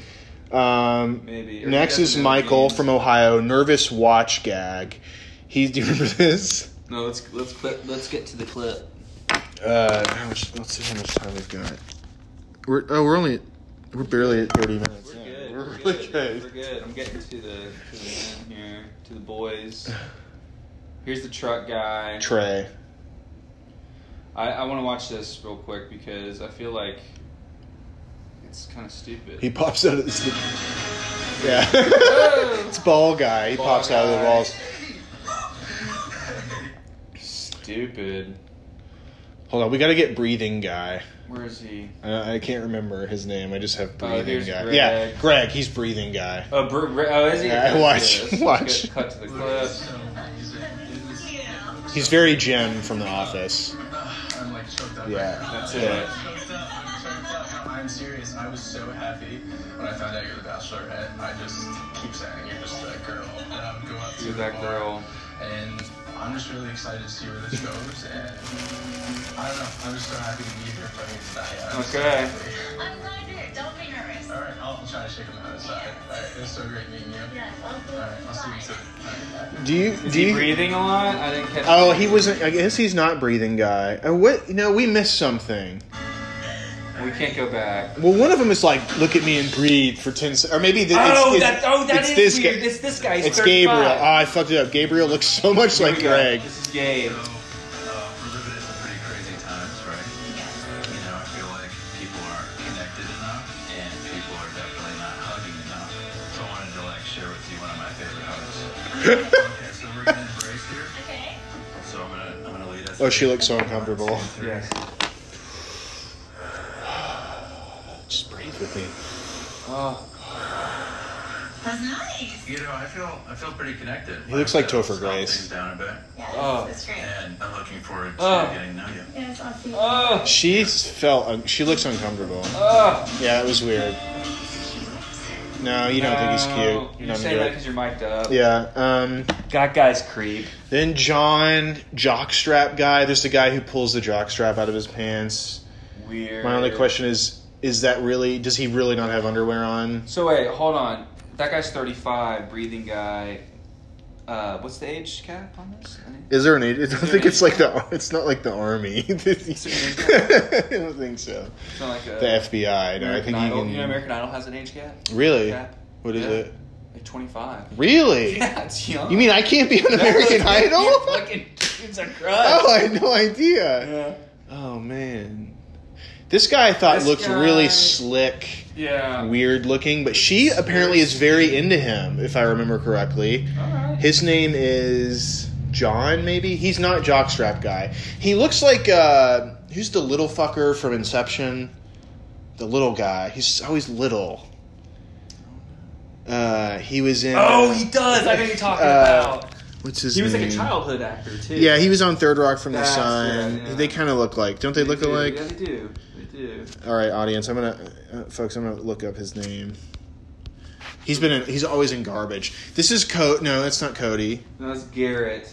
A: Um,
C: Maybe. Or
A: next
C: he
A: is
C: doesn't know
A: Michael
C: names.
A: from Ohio. Nervous watch gag. He, do you remember this?
C: No, let's let's clip, let's get to the clip.
A: Uh, how much, let's see how much time we've got. We're, oh, we're only, we're barely at 30 minutes.
C: We're
A: in.
C: good.
A: We're really good.
C: We're good. I'm getting to the to the men here, to the boys. Here's the truck guy.
A: Trey.
C: I, I want to watch this real quick because I feel like it's kind of stupid.
A: He pops out of this. Yeah. it's Ball Guy. He
C: Ball
A: pops out of the
C: Guy.
A: walls.
C: stupid.
A: Hold on, we got to get Breathing Guy.
C: Where is he?
A: Uh, I can't remember his name. I just have
C: Oh,
A: Breathing
C: here's
A: Guy.
C: Greg.
A: Yeah, Greg. He's Breathing Guy.
C: Oh, Br- Br- oh is he?
A: Yeah,
C: Cut to
A: watch,
C: this.
A: watch.
C: Cut, cut to the clip.
A: He's very Jim from The Office.
D: I'm like choked up.
A: Yeah.
C: That's it.
D: Choked up. Choked up. I'm serious. I was so happy when I found out you're the Bachelorette. I just keep saying you're just that girl, and I'm going up to
C: You're that girl.
D: tomorrow. and I'm just really excited to see where this goes. And I don't know, I'm just so happy to be here for me tonight. I'm just so
C: Okay.
D: happy.
E: I'm glad you're here. Don't be nervous.
D: All right, I'll try to shake him out aside. All right, it was so great meeting you.
E: Yes,
D: All right, I'll see you
E: fine.
D: soon. All right, bye.
A: Do you?
C: Is
A: do
C: he
A: you?
C: breathing a lot? I didn't catch.
A: Oh,
C: that.
A: he wasn't. I guess he's not Breathing Guy. Oh, what? No, we missed something.
C: We can't go back.
A: Well, one of them is like, "Look at me and breathe" for ten. se- Or maybe the,
C: oh,
A: it's,
C: that, oh, that
A: it's
C: is
A: this
C: weird.
A: guy.
C: It's this guy. He's
A: It's
C: 35.
A: Gabriel. Oh, I fucked it up. Gabriel looks so much
C: Here we
A: like
C: go.
A: Greg.
C: This is Gabe.
D: So, uh, we're living in some pretty crazy times, right? You know, I feel like people are connected enough, and people are definitely not hugging enough. So I wanted to like share with you one of my favorite hugs. okay, so we're gonna embrace here.
E: Okay.
D: So I'm gonna, I'm gonna lead us.
A: Oh, she looks so uncomfortable.
C: Yes.
A: Just breathe with me.
C: Oh,
E: That's nice.
D: You know, I feel, I feel pretty connected.
A: He looks like Topher Grace.
D: Things Down a bit,
E: Yes,
C: Oh.
E: that's great.
D: and I'm looking forward to
C: Oh.
D: getting to know you.
E: Yes, I'll see you.
C: oh,
A: She felt. Un- she looks uncomfortable.
C: oh.
A: Yeah, it was weird. No, you don't think he's
C: No.
A: cute.
C: You're
A: You're not
C: saying
A: gonna
C: that
A: do it.
C: because you're mic'd up.
A: Yeah. Um,
B: Got guys creep.
A: then John, jockstrap guy. There's the guy who pulls the jockstrap out of his pants.
C: Weird.
A: My only question is: Is that really? Does he really not have underwear on?
C: So wait, hold on. That guy's 35, breathing guy. Uh, what's the age cap on this? Any-
A: Is there an age? I don't
C: there
A: think
C: an
A: it's like the. It's not like the army. I don't think so.
C: It's not like a
A: The FBI. No, I think
C: American Idol.
A: you
C: know
A: can.
C: American Idol has an age cap.
A: Really?
C: Cap.
A: What is
C: Yeah.
A: it?
C: Like 25.
A: Really?
C: Yeah, it's young.
A: You mean I can't be on American Idol?
C: Fucking kids are
A: Oh,
C: crushed.
A: I had no idea.
C: Yeah.
A: Oh man, this guy I thought
C: This
A: looked
C: guy-
A: really slick,
C: Yeah.
A: weird looking, but she apparently is very into him, if I remember correctly.
C: All right.
A: His name is John, maybe. He's not jockstrap guy. He looks like uh, who's the little fucker from Inception? The little guy. He's always little. Uh, he was in.
C: Oh, he does. I know who you're talking
A: Uh, mm.
C: about.
A: what's his?
C: He was like a
A: name?
C: childhood actor too.
A: Yeah, he was on Third Rock from
C: That's it,
A: the Sun.
C: yeah.
A: They kind of look like, don't they look
C: do.
A: alike?
C: Yeah, they do. They do.
A: All right, audience. I'm gonna, uh, folks. I'm gonna look up his name. He's been. In, he's always in garbage. This is Cody. No, that's not Cody.
C: No, that's Garrett.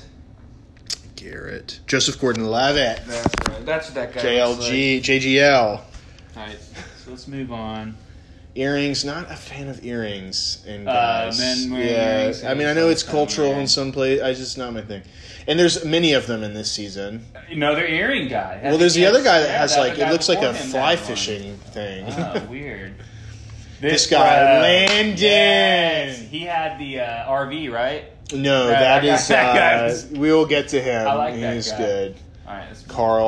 A: Garrett. Joseph Gordon-Levitt.
C: That's right. That's what that guy. looks
A: JLG. JGL.
B: All right, so let's move on.
A: Earrings, not a fan of earrings and
B: Uh,
A: guys.
B: men wearing
A: yeah,
B: earrings
A: I mean, I know it's
B: sometimes,
A: cultural
B: yeah.
A: in some place. I just not my thing. And there's many of them in this season.
B: Another earring guy.
A: well, there's the
B: Yes,
A: other guy that
B: yeah,
A: has
B: that
A: like
B: other guy
A: it looks like
B: before
A: a
B: him had
A: fly
B: one.
A: fishing thing.
B: Oh, weird.
A: This guy,
B: uh,
A: Landon.
B: yes, he had the uh, RV, right?
A: no,
B: Yeah,
A: that
B: that guy-
A: is.
B: that guy
A: uh,
B: was-
A: we will get to him.
B: I like that
A: He's
B: guy.
A: good.
B: All right, that's Carl.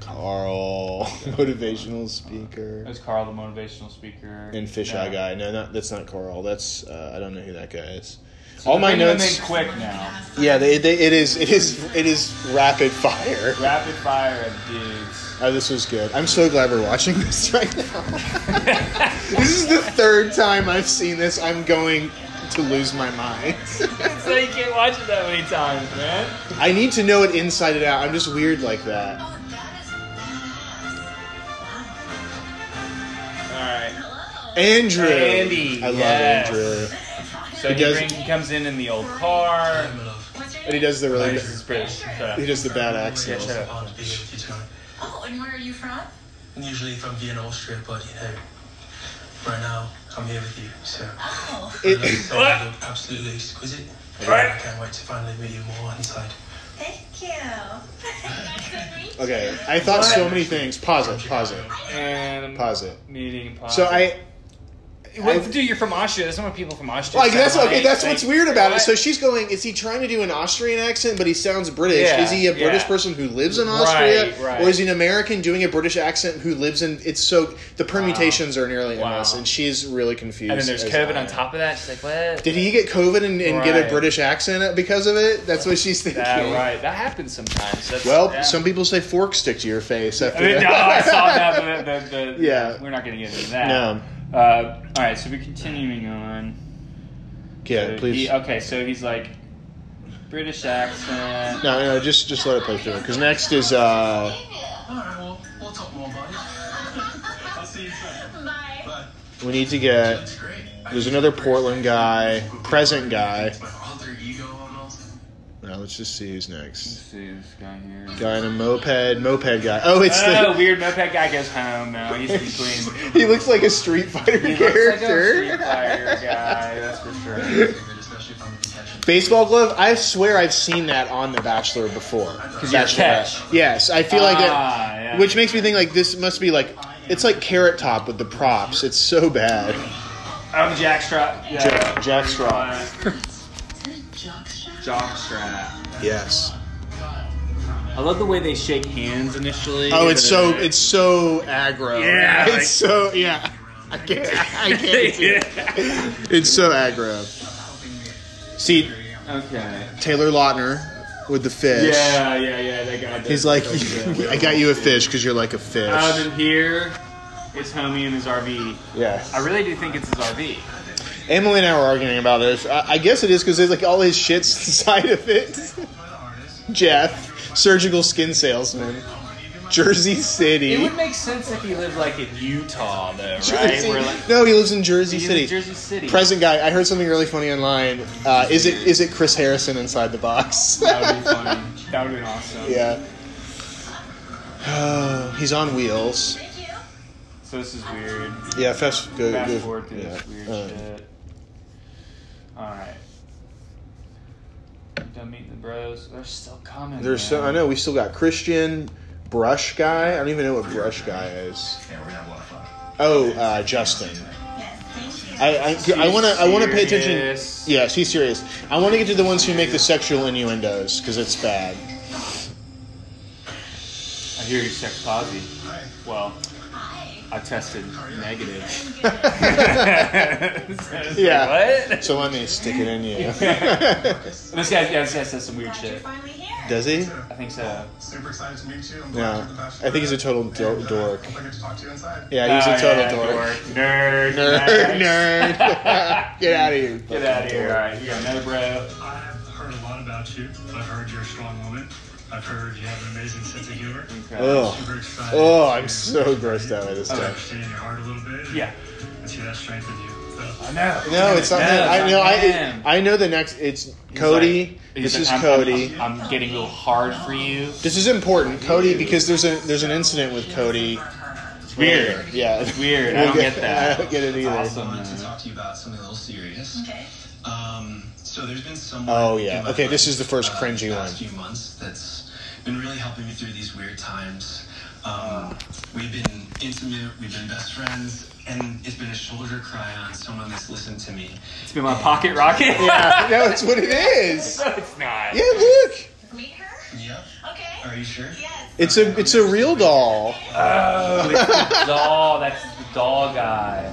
A: Carl. Carl, motivational speaker.
B: That's Carl, the motivational speaker.
A: And fisheye
B: No.
A: guy. No, not that's not Carl. That's uh, I don't know who that guy is.
B: So
A: All
B: they're
A: my
B: doing
A: notes.
B: it quick now.
A: Yeah, they, they, it is it is it is rapid fire.
B: Rapid fire of dudes.
A: Oh, this was good. I'm so glad we're watching this right now. this is the third time I've seen this. I'm going to lose my mind.
B: so you can't watch it that many times, man.
A: I need to know it inside and out. I'm just weird like that.
E: Oh, that is badass.
B: All right.
E: Wow. Hello.
A: Andrew.
B: Andy,
A: I love
B: yes.
A: Andrew.
B: So
A: He
B: he,
A: does-
B: bring- he comes in in the old car.
E: What's your
A: But he
E: name?
A: does the
B: Oh,
A: really
B: this is British. Shut up.
A: he does the bad accent.
B: shut up.
D: On a beer with you, Tony.
E: Oh, and where are you from?
D: I'm usually from Vienna, Austria, but you know, right now I'm here with you, so.
E: Oh,
A: It-
D: So
B: What?
D: you look Absolutely exquisite.
B: Right.
D: I can't wait to finally meet you more inside.
E: thank you. nice to meet you.
A: okay, I thought so many things. Pause it. Pause it.
B: And
A: Pause it.
B: meeting. Pause.
A: So I
B: What,
A: I-
B: dude, you're from Austria. That's not what people from Austria.
A: like that's
B: sound
A: okay. That's
B: Like,
A: what's weird about it.
B: what?
A: So she's going. Is he trying to do an Austrian accent, but he sounds British?
B: Yeah,
A: is he a British
B: yeah.
A: person who lives in
B: Right,
A: Austria,
B: right.
A: or is he an American doing a British accent who lives in? It's so the permutations are nearly
B: Wow.
A: endless, and she's really confused.
B: and then there's
A: as
B: COVID
A: I
B: on
A: am.
B: top of that. She's like, what?
A: Did he get COVID and, and get a
B: Right.
A: British accent because of it? That's what she's thinking.
B: Yeah, right. That happens sometimes. That's,
A: Well,
B: yeah.
A: some people say fork stick to your face after
B: I mean,
A: that.
B: no, I saw that. But the, the, the,
A: Yeah.
B: we're not going to get into that.
A: No.
B: Uh, all right, so we're continuing on.
A: Yeah,
B: So
A: please.
B: he- okay, so he's like British accent.
A: no, no, just just let it play through. Because next is uh,
D: Alright, well, we'll talk more about it. I'll see you soon.
E: Bye.
D: Bye.
A: we need to get.
D: That's great.
A: There's another Portland guy, present guy.
D: My alter ego almost.
A: Now let's just see who's next.
B: see this guy here.
A: Guy in a moped, moped guy. Oh, it's
B: Oh,
A: the.
B: weird moped guy goes home. No, he's between.
A: he looks like a Street Fighter
B: He
A: character.
B: looks like a Street Fighter guy. That's for sure.
D: Very good, especially if I'm in detention.
A: Baseball glove. I swear I've seen that on The Bachelor before. Because
B: you're a catch.
A: Yes, I feel like that.
B: Ah, yeah.
A: Which makes me think like this must be like it's like Carrot Top with the props. It's so bad.
B: I'm Jack Strap. Yeah.
A: Jack- Jack Straw.
B: Jock Strap.
A: Yes.
B: I love the way they shake hands initially.
A: Oh, it's so it's so aggro.
B: Yeah,
A: it's
B: like-
A: so yeah. I can't. I can't. do it. It's so aggro. See
B: Okay.
A: Taylor Lautner with the fish.
B: Yeah, yeah, yeah. That guy. does-
A: He's like,
B: does that.
A: I got you a fish because you're like a fish.
B: Out in here, it's homie in his RV.
A: yes.
B: I really do think it's his RV.
A: Emily and I were arguing about this. I, I guess it is because there's like all his shits inside of it. Jeff, surgical skin salesman, Jersey
B: It
A: City.
B: would make sense if he lived like in Utah, though, right?
A: Jersey-
B: Where, like,
A: no, he lives in Jersey
B: he lives in
A: City.
B: Jersey City.
A: Present guy. I heard something really funny online. Uh, is it is it Chris Harrison inside the box?
B: That would be funny. That would be awesome.
A: yeah. Oh, he's on wheels.
E: Thank you.
B: So this is weird.
A: Yeah, fast. Go,
B: Fast
A: go-
B: forward through this
A: yeah.
B: weird
A: Uh,
B: shit. Alright. You Done meeting the bros. They're still coming.
A: There's so I
B: man.
A: know we still got Christian brush guy. I don't even know what brush guy is.
D: Yeah, we're gonna have a lot of fun.
A: Oh, uh, Justin.
E: Yes, thank you.
A: I I want to I want to pay attention.
B: Serious.
A: Yes, he's serious. I want to get to the ones who make the sexual innuendos because it's bad.
B: I hear you sex posy.
D: Alright.
B: Well,
E: Hi.
B: I tested negative.
E: I'm good.
A: Yeah.
B: yeah. What?
A: So let me stick it in you.
B: This guy, yeah, this guy says some weird
E: Glad you're
B: shit.
E: finally here.
A: Does he?
B: I think so.
D: Super excited to meet you. I'm
A: Yeah.
D: glad you're the best
A: I think he's a total
D: friend,
A: do-
D: and, uh,
A: dork.
D: hope I get to talk to you inside.
A: Yeah, he's
B: Oh,
A: a total
B: yeah,
A: dork.
B: Nerd.
A: Nerd,
B: nice.
A: nerd. Get out of here.
B: Get out of here. All right, you got another bro.
D: I have heard a lot about you. I've heard you're a strong woman. I've heard you have an amazing sense of humor.
B: Okay.
A: Ugh.
D: Super excited.
A: Oh,
D: to-
A: I'm so grossed out by this
D: to
A: stuff.
D: understand your heart a little bit.
B: Yeah.
D: And see that strength in you. So,
B: I know.
A: No, it's not
B: No,
A: him. I
B: it's
A: know.
B: not
A: I
B: him.
A: I know the next. It's Cody.
B: He's
A: this
B: like,
A: is
B: I'm- I'm-
A: Cody.
B: I'm, I'm getting a little hard for you.
A: This is important, Cody, because there's a there's an incident with Cody
B: It's weird.
A: Weird. Yeah.
B: It's weird. I don't get that.
A: I don't get it either.
B: That's awesome.
F: I wanted
B: man.
F: to talk to you about something a little serious.
E: Okay.
F: Um, so there's been someone.
A: Oh, yeah.
F: in my
A: Okay, this
F: life,
A: is the first
F: uh,
A: cringy
F: past
A: one.
F: Few months that's been really helping me through these weird times. Um, we've been intimate. We've been best friends, and it's been a shoulder cry on someone that's listened to me.
B: It's been my pocket rocket.
A: Yeah, no, it's what it is.
B: no, it's not.
A: Yeah, look,
E: Meet her?
F: Yep.
E: Okay.
F: Are you sure?
E: Yes.
A: it's a it's a real doll.
B: Oh, it's the doll. That's the doll guy.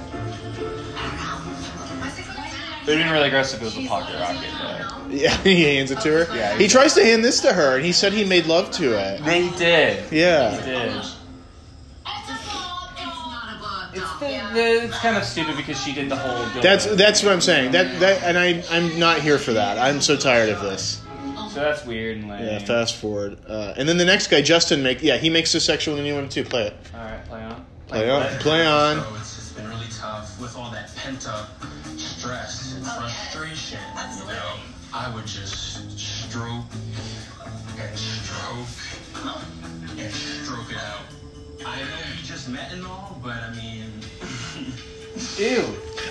B: It would have been really aggressive if it was a pocket rocket,
A: Yeah, he hands it to her.
B: Yeah.
A: he tries to hand this to her, and he said he made love to it.
B: but they did. They
A: Yeah,
B: did.
E: It's a blob dog. It's
B: It's,
E: not a blob dog.
B: the,
E: yeah.
B: the, it's kind of stupid because she did the whole. dildo.
A: that's that's what I'm saying. That that, and I I'm not here for that. I'm so tired of this.
B: so that's weird and lame.
A: Yeah, fast forward, uh, and then the next guy, Justin, make yeah, he makes a sexual innuendo too. Play it,
B: All right, play on.
A: play on, play on.
F: So it's just been really tough with all that pent up stress and frustration. You know, I would just stroke and stroke and stroke it out. I know we just met and all, but I mean,
B: Ew.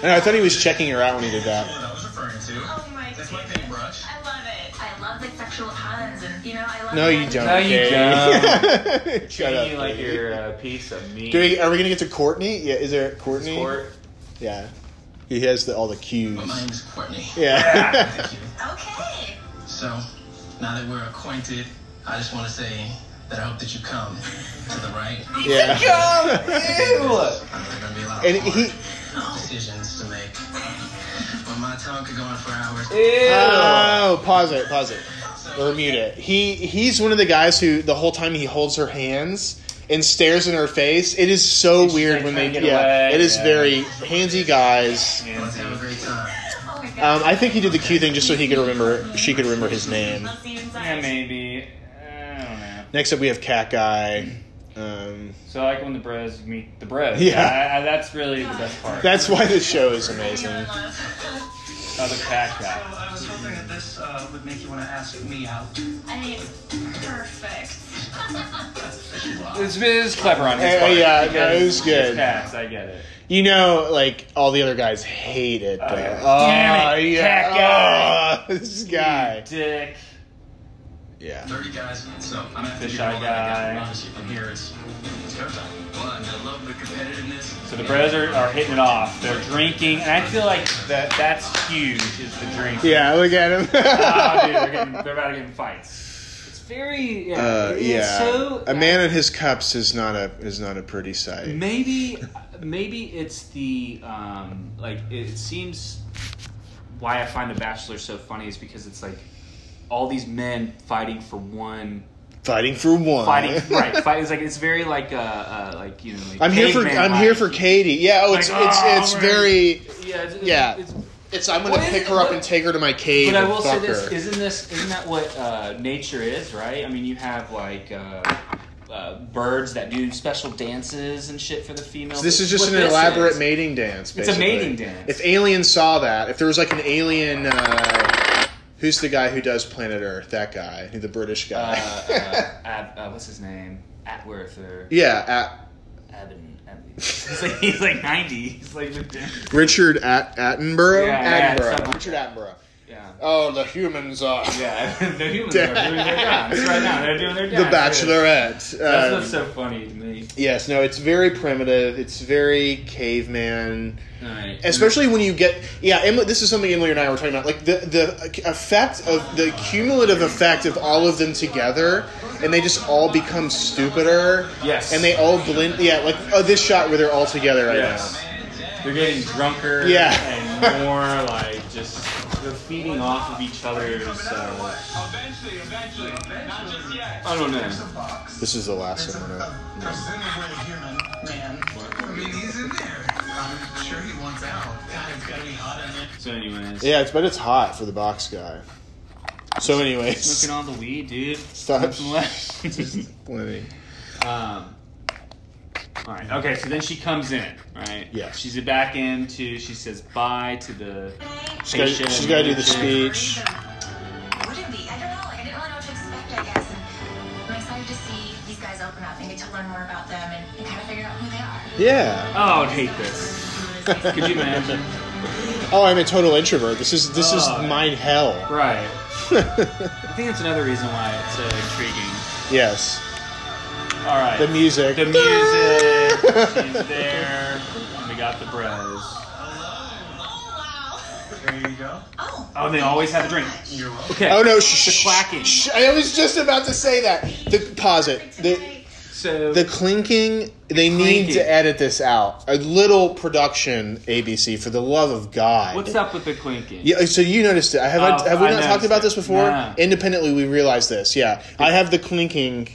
A: And I thought he was checking her out when he did
F: that's
A: that.
F: what I was referring to.
E: Oh my
F: That's my
E: goodness.
F: paintbrush.
E: I love it. I love the sexual puns, and you know I love.
A: No, you
E: that.
A: don't.
B: No, you
A: Kay.
B: don't.
A: Shut up.
B: Treating you like
A: Kay.
B: your uh, piece of meat.
A: Do we, are we gonna get to Courtney? Yeah, is there Courtney?
B: Sport.
A: Yeah, he has the, all the cues.
F: But my name is Courtney.
A: Yeah.
F: Thank you.
E: Okay.
F: So, now that we're acquainted, I just want to say that I hope that you come to the right.
A: yeah.
C: Oh,
F: I'm gonna be a lot of
A: And
F: hard
A: he-
F: decisions to make. But my tongue could go on for hours.
B: Ew.
A: Oh, pause it, pause it, or mute it. He he's one of the guys who the whole time he holds her hands and stares in her face. It is so
B: He's
A: weird
B: like
A: when they
B: trying to
A: yeah.
B: get away,
A: It is
B: yeah.
A: very handsy guys.
F: Let's have a great time.
E: Oh my god.
A: Um, I think he did the cue thing just so he could remember. She could remember his name.
E: Let's see inside.
B: yeah, maybe. I don't know.
A: Next up, we have Cat Guy. Um,
B: So I like when the bros meet the bros.
A: Yeah.
B: I, I, that's really the best part.
A: that's why this show is
E: You know I
A: amazing.
E: love.
B: Of the cat
F: So,
B: guy.
F: I was hoping that this uh, would make you want to ask me out.
E: I mean, it's perfect.
B: It's, it's clever on his
A: Eh,
B: part.
A: yeah, no,
B: because
A: it was good.
B: It's cats, I get it.
A: You know, like all the other guys hate it. Though.
B: Oh, yeah.
A: Oh,
B: Damn it,
A: yeah.
B: Cat Guy.
A: Oh, this guy.
B: Dick.
A: Yeah.
F: 30 guys, so I'm after
B: The
F: you
B: shy
F: all that I got.
B: guy.
F: Obviously, from here, it's, it's go time. Well, I mean, I love the competitiveness.
B: So the bros are, are hitting it off. They're drinking, and I feel like that that's huge. Is the drink?
A: Yeah, look at him.
B: Oh, dude, they're, getting, they're about to get in fights. It's very yeah.
A: Uh,
B: it's
A: yeah.
B: So
A: a man in his cups is not a is not a pretty sight.
B: Maybe, maybe it's the um, like. It seems why I find The Bachelor so funny is because it's like all these men fighting for one.
A: Fighting for one.
B: Fighting right, fight, it's like it's very like uh, uh like you know. Like
A: I'm here for
B: caveman
A: I'm here for
B: fight.
A: Katie. Yeah. Oh, it's
B: Like,
A: it's
B: oh,
A: it's
B: we're-
A: very.
B: Yeah, it's, it's-
A: Yeah.
B: It's,
A: It's I'm gonna
B: What is
A: pick
B: it-
A: her up
B: what-
A: and take her to my cave.
B: but I
A: and
B: will say
A: fuck
B: this:
A: her.
B: isn't this isn't that what uh, nature is? Right? I mean, you have like. Uh, uh, birds that do special dances and shit for the females.
A: So this is just
B: What
A: an
B: this
A: elaborate
B: is-
A: mating dance.
B: It's a
A: Basically.
B: mating dance.
A: If aliens saw that, if there was like an alien, uh, who's the guy who does Planet Earth? That guy, the British
B: uh,
A: guy.
B: uh, Ab, uh, what's his name? Atworth or
A: yeah, at,
B: Evan. Evan. He's like he's like ninety. He's like
A: Richard at Attenborough.
B: Yeah, yeah,
A: Attenborough.
B: something like
A: Richard Attenborough.
B: yeah.
A: Oh, the humans are.
B: Yeah, the humans are doing their dance right now. They're doing their
A: The
B: dance.
A: Bachelorette.
B: That's
A: Um,
B: what's so funny to me.
A: yes, no, it's very primitive. It's very caveman.
B: All right.
A: Especially when you get, yeah, Emily, this is something Emily and I were talking about. Like the the effect of the cumulative effect of all of them together, and they just all become stupider.
B: Yes.
A: And they all blend. Yeah, like oh, this shot where they're all together right
B: Yes. They're getting drunker.
A: Yeah.
B: And more like just they're feeding off of each other's. Uh,
F: Eventually, eventually, not just yet.
B: I don't know.
A: now. This is the last one. we're not-
F: Presumably human man. I mean, he's in there. I'm sure he wants out. God, it's gotta be hot in there.
B: So, anyways.
A: Yeah, it's but it's hot for the box guy. So, anyways,
B: Smoking all the weed, dude.
A: Stop.
B: Nothing left.
A: plenty.
B: Um, all right. Okay. So then she comes in, right?
A: Yeah.
B: She's back into. She says bye to the
A: She's gotta-
B: patient.
A: she's gotta do the speech.
E: Would it be? I don't know. Like, I didn't really know what to expect. I guess. And I'm excited to to see these guys open up and get to learn more about them and, and kind of figure out who they are.
A: Yeah.
B: Oh, I'd hate this. Could you imagine?
A: Oh, I'm a total introvert. This is this is
B: Oh, yeah.
A: mine hell.
B: right. I think that's another reason why it's so intriguing.
A: yes.
B: All right.
A: The music.
B: The music. She's there. And we got the bros.
E: Oh, wow.
D: There you go.
E: Oh.
B: Oh, and they always have a drink.
D: You're welcome.
B: Okay.
A: Oh no! Shh,
B: The clacking.
A: Shh, I was just about to say that. The pause it. The,
B: So
A: the clinking. They need
B: clinking.
A: to edit this out. A little production, ABC, for the love of God.
B: what's up with the clinking?
A: Yeah, so you noticed it. Have,
B: Oh,
A: I, have we
B: I
A: not talked
B: noticed
A: about
B: it.
A: this before?
B: No.
A: Independently, we realized this. Yeah, I have the clinking.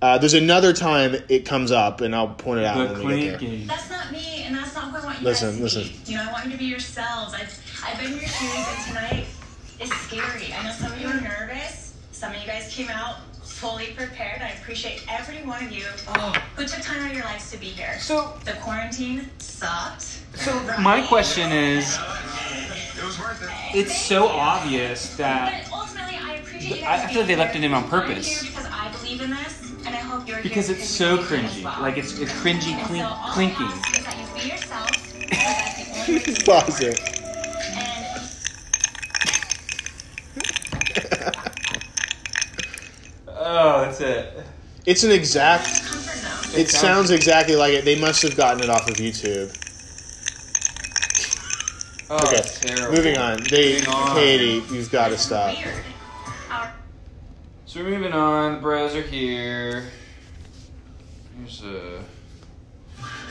A: Uh, there's another time it comes up, and I'll point it out
B: The
A: when we get there.
B: clinking.
E: That's not me, and that's not what I want you
A: Listen,
E: guys to
A: listen.
E: be. You know, I want you to be yourselves. I've, I've been in your shoes, and tonight is scary. I know some of you are nervous. Some of you guys came out fully prepared. I appreciate every one of you
B: Oh.
E: who took time out of your lives to be here.
B: So-
E: the quarantine sucked.
B: So
E: Right?
B: my question is,
D: It was worth it.
B: it's so obvious that
E: But ultimately, I appreciate you
B: I-
E: guys
B: I feel
E: being
B: they left
E: here.
B: it in on
E: I'm
B: purpose.
E: here because I believe in this, and I hope you're here
B: because it's so
E: you believe in it as
B: cringy,
E: well.
B: like it's, it's cringy
E: And so
B: clink,
E: all I
B: clinking.
E: ask is that you be yourself, because that's the only way to
A: Pause it.
E: And
B: Oh, that's it.
A: It's an exact.
E: comfort zone.
A: It sounds exactly like it. They must have gotten it off of YouTube.
C: Oh,
A: Okay,
C: it's terrible.
A: moving on. They,
C: Moving on.
A: Katie, you've got to stop.
E: Weird. Our
C: So we're moving on. The bros are here. Here's a.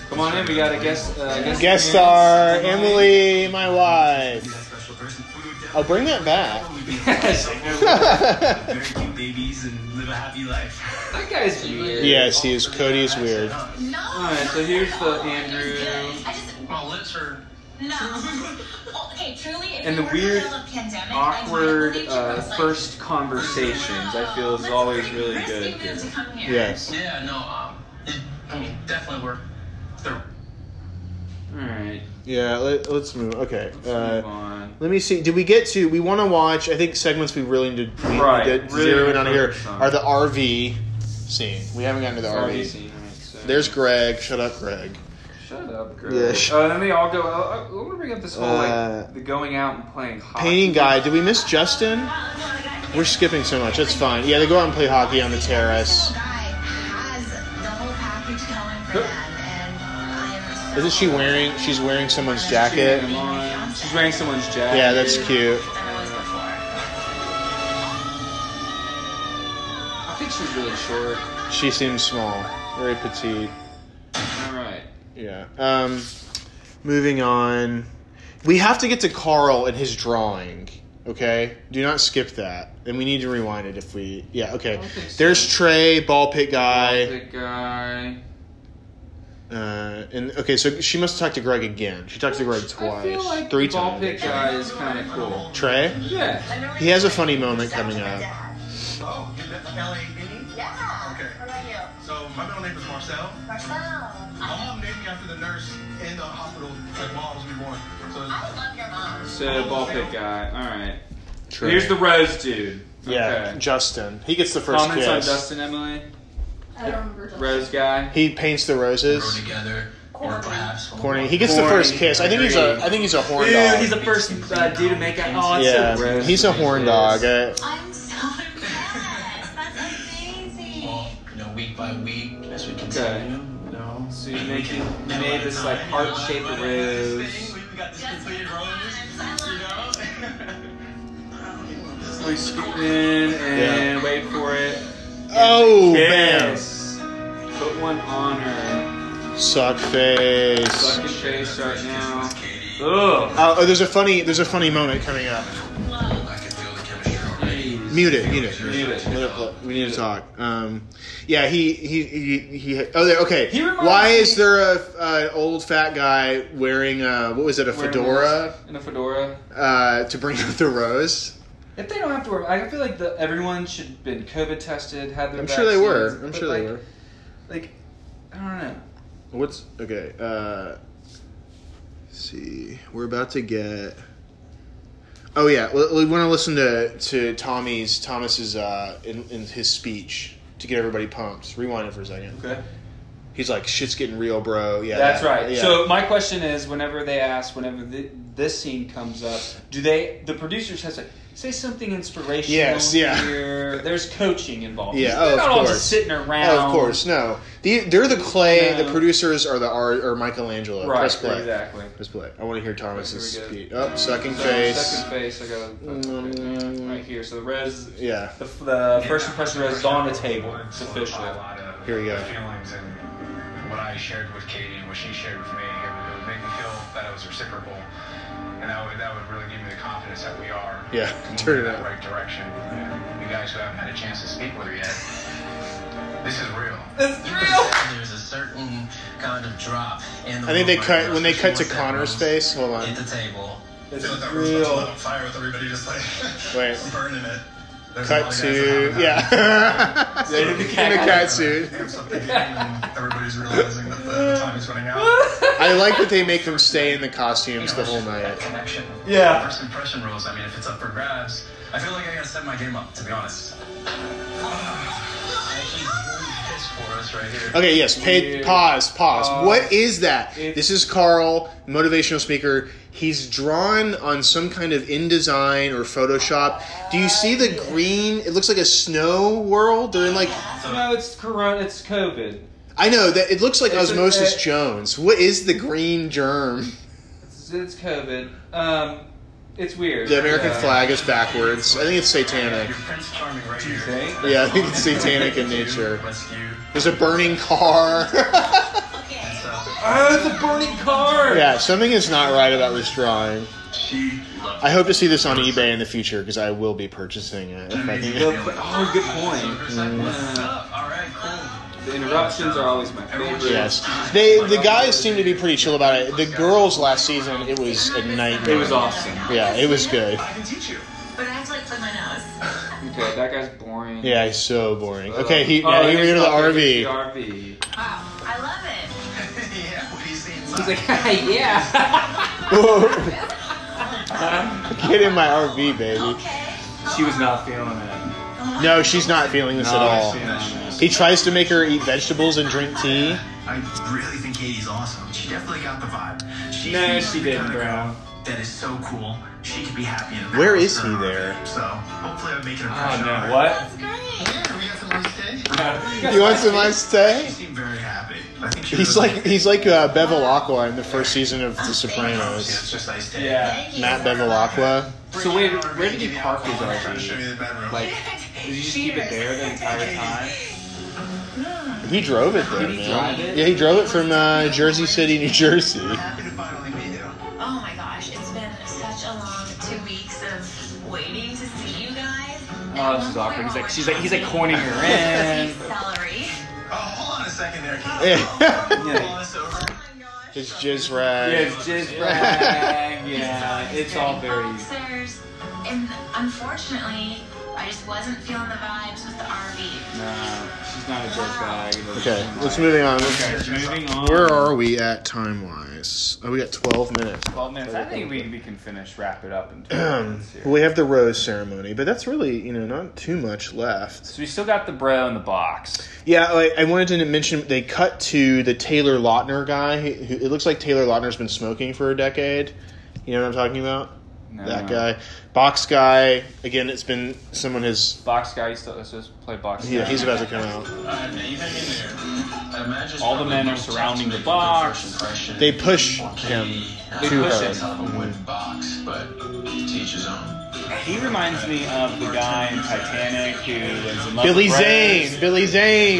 C: Come on in. We got a guest. Uh, guest,
A: Guest
C: appearance.
A: star Emily, my
D: Be
A: wife.
D: that special person. We would
A: Oh, bring that back.
D: definitely be
B: Yes,
D: very cute babies and live a happy life.
C: That guy's weird.
A: yes, he is. Cody is weird.
E: No.
B: Alright, so here's the Andrew. Oh,
E: I just
D: My lips are.
E: no. Well, okay, truly. If
B: And the
E: we were in
B: weird,
E: middle of pandemic,
B: Awkward
E: like,
B: uh, first conversations. I feel is always really good.
E: To come here.
A: Yes.
D: Yeah, no, um, it, I mean, definitely worth the.
B: All right,
A: Yeah. Let, let's move. Okay.
B: let's move
A: Uh,
B: on.
A: let me see. Did we get to? We want to watch. I think segments we really need to, we need
B: Right,
A: to
B: really
A: zero in on here
B: focus on.
A: are the RV scene. We haven't gotten to the
B: Already
A: RV.
B: seen it, so-
A: There's Greg. Shut up, Greg.
C: Shut up, girl.
A: Yeah, sh-
C: oh, and then they all go. Oh, oh, I want to bring up this whole
A: Uh,
C: like the going out and playing hockey.
A: Painting guy. Did we miss Justin? We're skipping so much. It's fine. Yeah, they go out and play hockey on the terrace. Isn't she wearing? She's wearing someone's jacket.
C: Come on. She's wearing someone's jacket.
A: Yeah, that's cute.
C: I think she's really short.
A: She seems small, very petite.
C: All right.
A: Yeah. Um, moving on. We have to get to Carl and his drawing. Okay, do not skip that, and we need to rewind it if we. Yeah. Okay.
C: don't think so.
A: There's Trey, ball pit guy,
C: Big guy.
A: uh, and okay, so she must talk to Greg again. She talked to Greg
C: I feel
A: twice,
C: like
A: three
C: the ball
A: times.
C: pit guy is kind of cool.
A: Trey.
C: Yeah.
A: He has a funny moment coming up.
D: Oh, you met Ellie Guinea?
E: Yeah.
D: Okay.
E: What about you?
D: So, my middle name is Marcel.
E: Marcel.
D: My
E: I,
D: mom named me after the nurse in the hospital, like while I was reborn. So,
E: I love your mom.
C: So ball pit guy. All right.
A: Trey.
C: Here's the rose dude.
A: yeah,
C: Okay.
A: Justin. He gets the first
C: Comments on
A: kiss.
C: Dustin Emily.
F: I don't remember.
C: Rose guy.
A: He paints the
D: grow
A: roses.
D: together, or
E: Corny.
D: perhaps one
A: Corny. He gets the
C: Corny.
A: first kiss. I think he's a. I think he's a horn
B: Dude,
A: dog.
B: he's the first uh, dude to make out. Oh, it's so
A: yeah,
B: gross.
A: he's a horn dog. eh?
E: I'm so impressed. That's amazing.
D: Well, you know, week by week, as we continue,
C: Okay.
D: you know.
C: So you make you made this like heart shaped rose.
D: We got this
E: Just
D: completed rose, you know?
C: We scoop in and wait for it.
A: Oh man,
C: Yes. Put one on her.
A: suck face.
C: Suck his face right now.
D: Katie,
C: Ugh.
A: Oh, oh, there's a funny, there's a funny moment coming up.
D: I can feel the chemistry already.
C: Jeez.
A: Mute it, mute it.
C: Mute it.
A: Let it play. We need to talk. Um, yeah, he he he. he oh, there. Okay.
C: He reminds
A: Why is
C: me-
A: there a, a old fat guy wearing a what was it a
C: Wearing
A: fedora
C: a- In a fedora.
A: uh, to bring up the rose?
C: If they don't have to worry, I feel like the, everyone should have been COVID tested, had their
A: I'm sure they were.
C: vaccines,
A: I'm
C: but,
A: sure they
C: like-
A: were.
C: Like, I don't know.
A: What's okay? Uh, let's see, we're about to get. Oh yeah, we, we want to listen to to Tommy's Thomas's uh in, in his speech. to get everybody pumped. Rewind it for a second.
C: Okay.
A: He's like, "Shit's getting real, bro." Yeah,
C: That's
A: that-
C: right.
A: yeah.
C: So my question is, whenever they ask, whenever th- this scene comes up, do they the producers has to say something inspirational?
A: Yes, yeah.
C: Here? There's coaching involved.
A: Yeah,
C: They're
A: oh,
C: not
A: of
C: all
A: course.
C: just sitting around.
A: Oh, of course, no. The, they're the clay.
C: No.
A: The producers are the art or Michelangelo.
C: Right.
A: Press play.
C: Exactly.
A: Press play. I want to hear Thomas's
C: Here we
A: speech. Oh, sucking
C: So,
A: face.
C: Second face. I got
A: Mm.
C: right here. So the res,
A: Yeah.
C: the, the first impression res is on the table. It's official.
D: A lot of
A: Here we go.
D: Feelings and what I shared with Katie and what she shared with me, it would, it would make me feel that it was reciprocal, and that would that would really give me the confidence that we are.
A: Yeah,
D: moving
A: turn it
D: in that
A: up.
D: right direction. You guys who haven't had a chance to speak with her yet, this is real.
C: It's real.
F: There's a certain kind of drop in the
A: I think they
F: room right
A: cut
F: now,
A: when they cut to
F: especially once
A: Connor's
F: that room's
A: face. Hold on.
F: At the table.
D: I feel like that room's about to
C: real.
D: light on fire with everybody just like
A: Wait.
D: burning it. There's a lot
A: Cut
D: of guys that
A: to
D: haven't had
A: yeah.
D: They did the
A: In
C: cat-
A: cat suit.
D: They have something to gain, and everybody's realizing that the, the time is running out.
A: I like that they make them stay in the costumes the whole
D: That
A: night.
D: connection.
C: Yeah.
D: First impression rules. I mean, if it's up for grabs, I feel like I gotta step my game up. To be honest. Ah, She's really pissed for us right here.
A: Okay, yes. Pay,
C: Weird.
A: pause. Pause.
C: Pause.
A: what is that?
C: It's-
A: This is Carl, motivational speaker. He's drawn on some kind of InDesign or Photoshop. Do you see the green? It looks like a snow world. They're in like
C: no, it's corona. It's COVID.
A: I know that it looks like
C: It's a-
A: Osmosis
C: uh,
A: Jones. What is the green germ?
C: It's, it's COVID. Um, it's weird.
A: The American
C: Yeah.
A: flag is backwards. I think it's satanic.
D: Your Prince Charming right
C: Do you
D: here.
C: think?
A: Yeah, I think it's satanic in
D: You,
A: nature.
D: Rescue.
A: There's a burning car.
E: Okay.
D: So
C: Oh, it's a burning car.
A: yeah, something is not right about this drawing.
D: she loved
A: I hope to see this on eBay in the future because I will be purchasing it. If I
C: The-
A: can.
C: oh, good point.
D: It's like,
A: Mm.
D: what's up? All right, cool.
C: The interruptions are always my favorite.
A: Yes, they the guys seem to be pretty chill about it. The girls last season, it was a nightmare.
C: It was awesome.
A: Yeah, it was good.
D: I can teach you.
E: But I have to like put my nose.
C: Okay, that guy's boring.
A: Yeah, it's so boring. Okay, he,
C: Oh,
A: now
C: the
A: here we go to
C: next
A: the
C: topic is
A: RV.
C: The RV.
E: Wow. I love it.
D: yeah, what do you see
C: He's
D: inside?
C: like, yeah.
A: Get in my RV, baby.
E: Okay.
B: She was not feeling it.
A: No, she's not feeling this at all.
B: all.
A: He tries to make her eat vegetables and drink tea.
D: I really think Katie's awesome. She definitely got the vibe. She
B: No,
D: seems
B: she
D: like the
B: didn't,
D: kinda
B: bro.
D: girl That is so cool. She could be happy in the
A: Where
D: house
A: is
D: in
A: he
D: her
A: there?
D: RV. So hopefully I'm making an
B: Oh
D: impression. on
B: no!
D: her.
B: What?
E: That's great.
D: Yeah, we got some nice day.
A: You want some ice
D: She
A: tea?
D: seemed very happy. I think she
A: He's
D: really
A: like he's like uh, Bevel Aqua in the first season of The
D: Yeah, it's
A: Sopranos.
D: just nice day.
B: Yeah.
E: Thank you.
A: Matt Bevel Aqua.
B: So wait, where did he park his
D: Show me
B: RV?
D: the bedroom.
B: Like, did you just keep it there the entire time?
A: He drove it there,
B: Did he drive
A: man.
B: it?
A: Yeah, he drove it from uh, Jersey City, New Jersey.
D: happy to finally meet you.
E: Oh my gosh, it's been such a long two weeks of waiting to see you guys.
B: Oh, this is awkward. He's like, she's like, he's like cornering her in.
E: Celery.
D: Oh, hold on a second there. Can you
A: Yeah.
D: pull this over?
E: Oh my gosh.
A: His jizz rag.
B: Yeah, it's just brag. Yeah, it's all very.
E: Boxers, and unfortunately, I just wasn't feeling the vibes with the RV.
B: No, she's not a jerk bag.
A: Okay, let's moving on.
B: Okay, moving on.
A: Where are we at time wise? Oh, we got 12 minutes.
B: Twelve minutes. I think we, we can finish, wrap it up in twelve minutes here.
A: Well, we have the rose ceremony, but that's really, you know, not too much left.
B: So we still got the bro in the box.
A: Yeah, I, I wanted to mention they cut to the Taylor Lautner guy. Who, who, it looks like Taylor Lautner's been smoking for a decade. You know what I'm talking about?
B: No,
A: That
B: no.
A: guy, box guy. Again, it's been someone has.
B: Box guy. He's still supposed to play box.
A: Yeah,
B: guy.
A: he's about to come out.
D: Alright, now you hang in there. I imagine
B: All the men are surrounding the box.
A: They push him
F: uh,
B: They
A: to
B: push
A: her.
B: him.
D: Top of a wooden box, but teach his own.
B: He reminds me of the guy in Titanic who is in love
A: Billy
B: with Rose.
A: Zane. Billy Zane.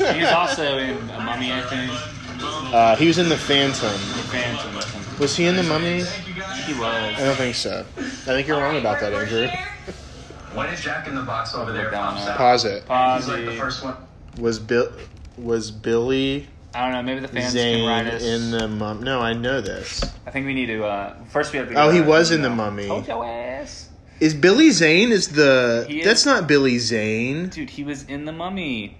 A: Yes.
B: He's also in a Mummy, I think.
A: uh, he was in the Phantom.
B: The Phantom. or something.
A: Was he in the Mummy?
B: He
A: I
B: was.
A: don't think so. I think you're wrong about that,
E: We're
A: Andrew.
E: here.
D: When is Jack in the box over there?
B: Look down
D: pops
B: there.
D: out?
A: Pause it.
D: He's like the
B: Posy.
D: first one.
A: Was Bill? Was Billy
B: I don't know. Maybe the fans can
A: Zane
B: write us.
A: in the Mummy? No, I know this.
B: I think we need to. Uh, first, we have to.
A: Oh, he
B: uh,
A: was in
B: email.
A: The Mummy.
B: Told your ass,
A: Is Billy Zane is the
B: He is-
A: That's not Billy Zane.
B: dude. He was in the Mummy.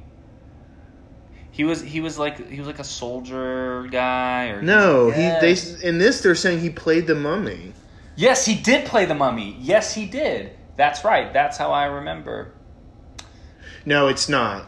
B: He was. He was like. He was like a soldier guy. Or
A: No,
B: Yes.
A: he they in this they're saying he played the mummy.
B: Yes, he did play the Mummy. Yes, he did. That's right. That's how I remember.
A: No, it's not.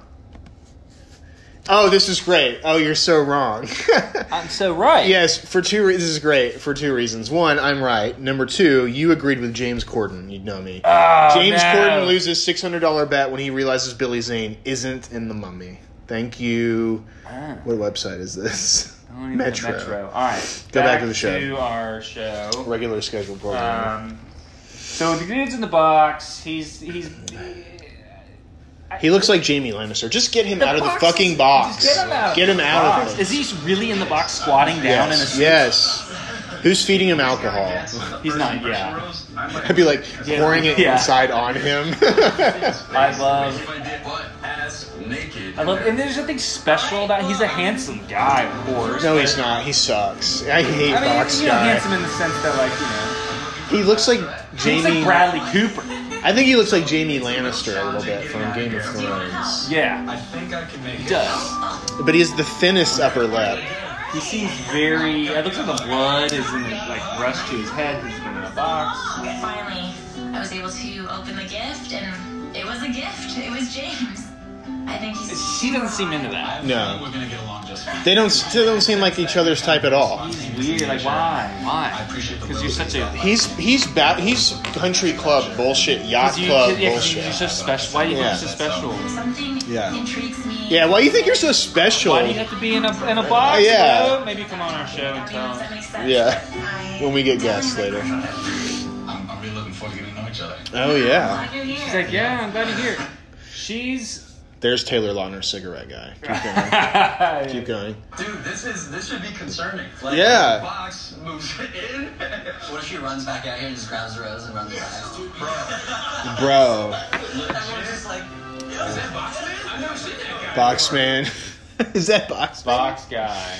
A: Oh, this is great. Oh, you're so wrong.
B: I'm so right.
A: yes, for two reasons. This is great for two reasons. One, I'm right. Number two, you agreed with James Corden. You know me. James
B: Oh, no.
A: Corden loses $600 bet when he realizes Billy Zane isn't in the mummy. Thank you.
B: Ah,
A: What website is this?
B: I don't even know Metro. All right.
A: Go back to the show.
B: To our show.
A: Regular scheduled program.
B: Um, so the dude's in the box. He's he's.
A: he looks like Jamie Lannister. Just get him out of the
B: box is-
A: fucking box.
B: Just get him out.
A: Get him out of
B: box.
A: it.
B: Is he really in the box squatting down in a
A: Yes. yes. Who's feeding him alcohol?
B: He's not. Yeah.
D: I'd
A: I'd be like pouring it
B: Yeah.
A: inside on him.
B: I love.
D: My dick, butt, ass, naked.
B: I love. And there's nothing special about. He's a handsome guy, of course.
A: no, he's not. He sucks. I hate
B: I mean,
A: box
B: you know,
A: guy.
B: handsome in the sense that like you know,
A: He looks like
B: he's
A: Jamie.
B: like Bradley Cooper.
A: I think he looks like Jamie Lannister a little bit from Game of Thrones,
B: Yeah,
D: I think I can make
B: he
D: it.
B: does.
A: but he has the thinnest upper lip.
B: He seems very. It looks like the blood is in like rushed to his head. He's been in a box.
E: Finally, I was able to open the gift, and it was a gift. It was James. I think he's.
B: She doesn't seem into that.
A: No.
F: We're gonna get along just fine.
A: They don't. They don't seem like each other's type at all.
B: He's weird. Like why?
F: I
B: Why?
F: appreciate the
B: Because you're such a.
A: He's he's ba- he's country club bullshit, yacht
B: 'cause you,
A: club
B: yeah, 'cause you're
A: bullshit.
B: so special. Why do you
A: Yeah.
B: think you're so special?
E: Something
A: Yeah.
E: intrigues me.
A: Yeah, why do you think you're so special?
B: Why do you have to be in a in a box?
A: Uh, yeah.
B: bro? Maybe come on our show and tell.
E: Does that
B: him.
E: make sense?
A: Yeah.
E: I-
A: When we get guests later.
F: I'm, I'm really looking forward to getting to know each other.
A: Oh yeah,
E: Glad you're here.
B: He's like, yeah, I'm glad to hear. it." She's.
A: there's Taylor Lautner, cigarette guy. Keep going. Keep going.
D: Dude, this is this should be concerning. Like,
A: Yeah.
D: the Box moves in.
F: What if she runs back out here and just grabs the rose and runs away?
A: Bro,
F: Everyone's just like,
D: Is that Boxman? I've never seen that guy.
A: Boxman. Is that Boxman?
B: box guy.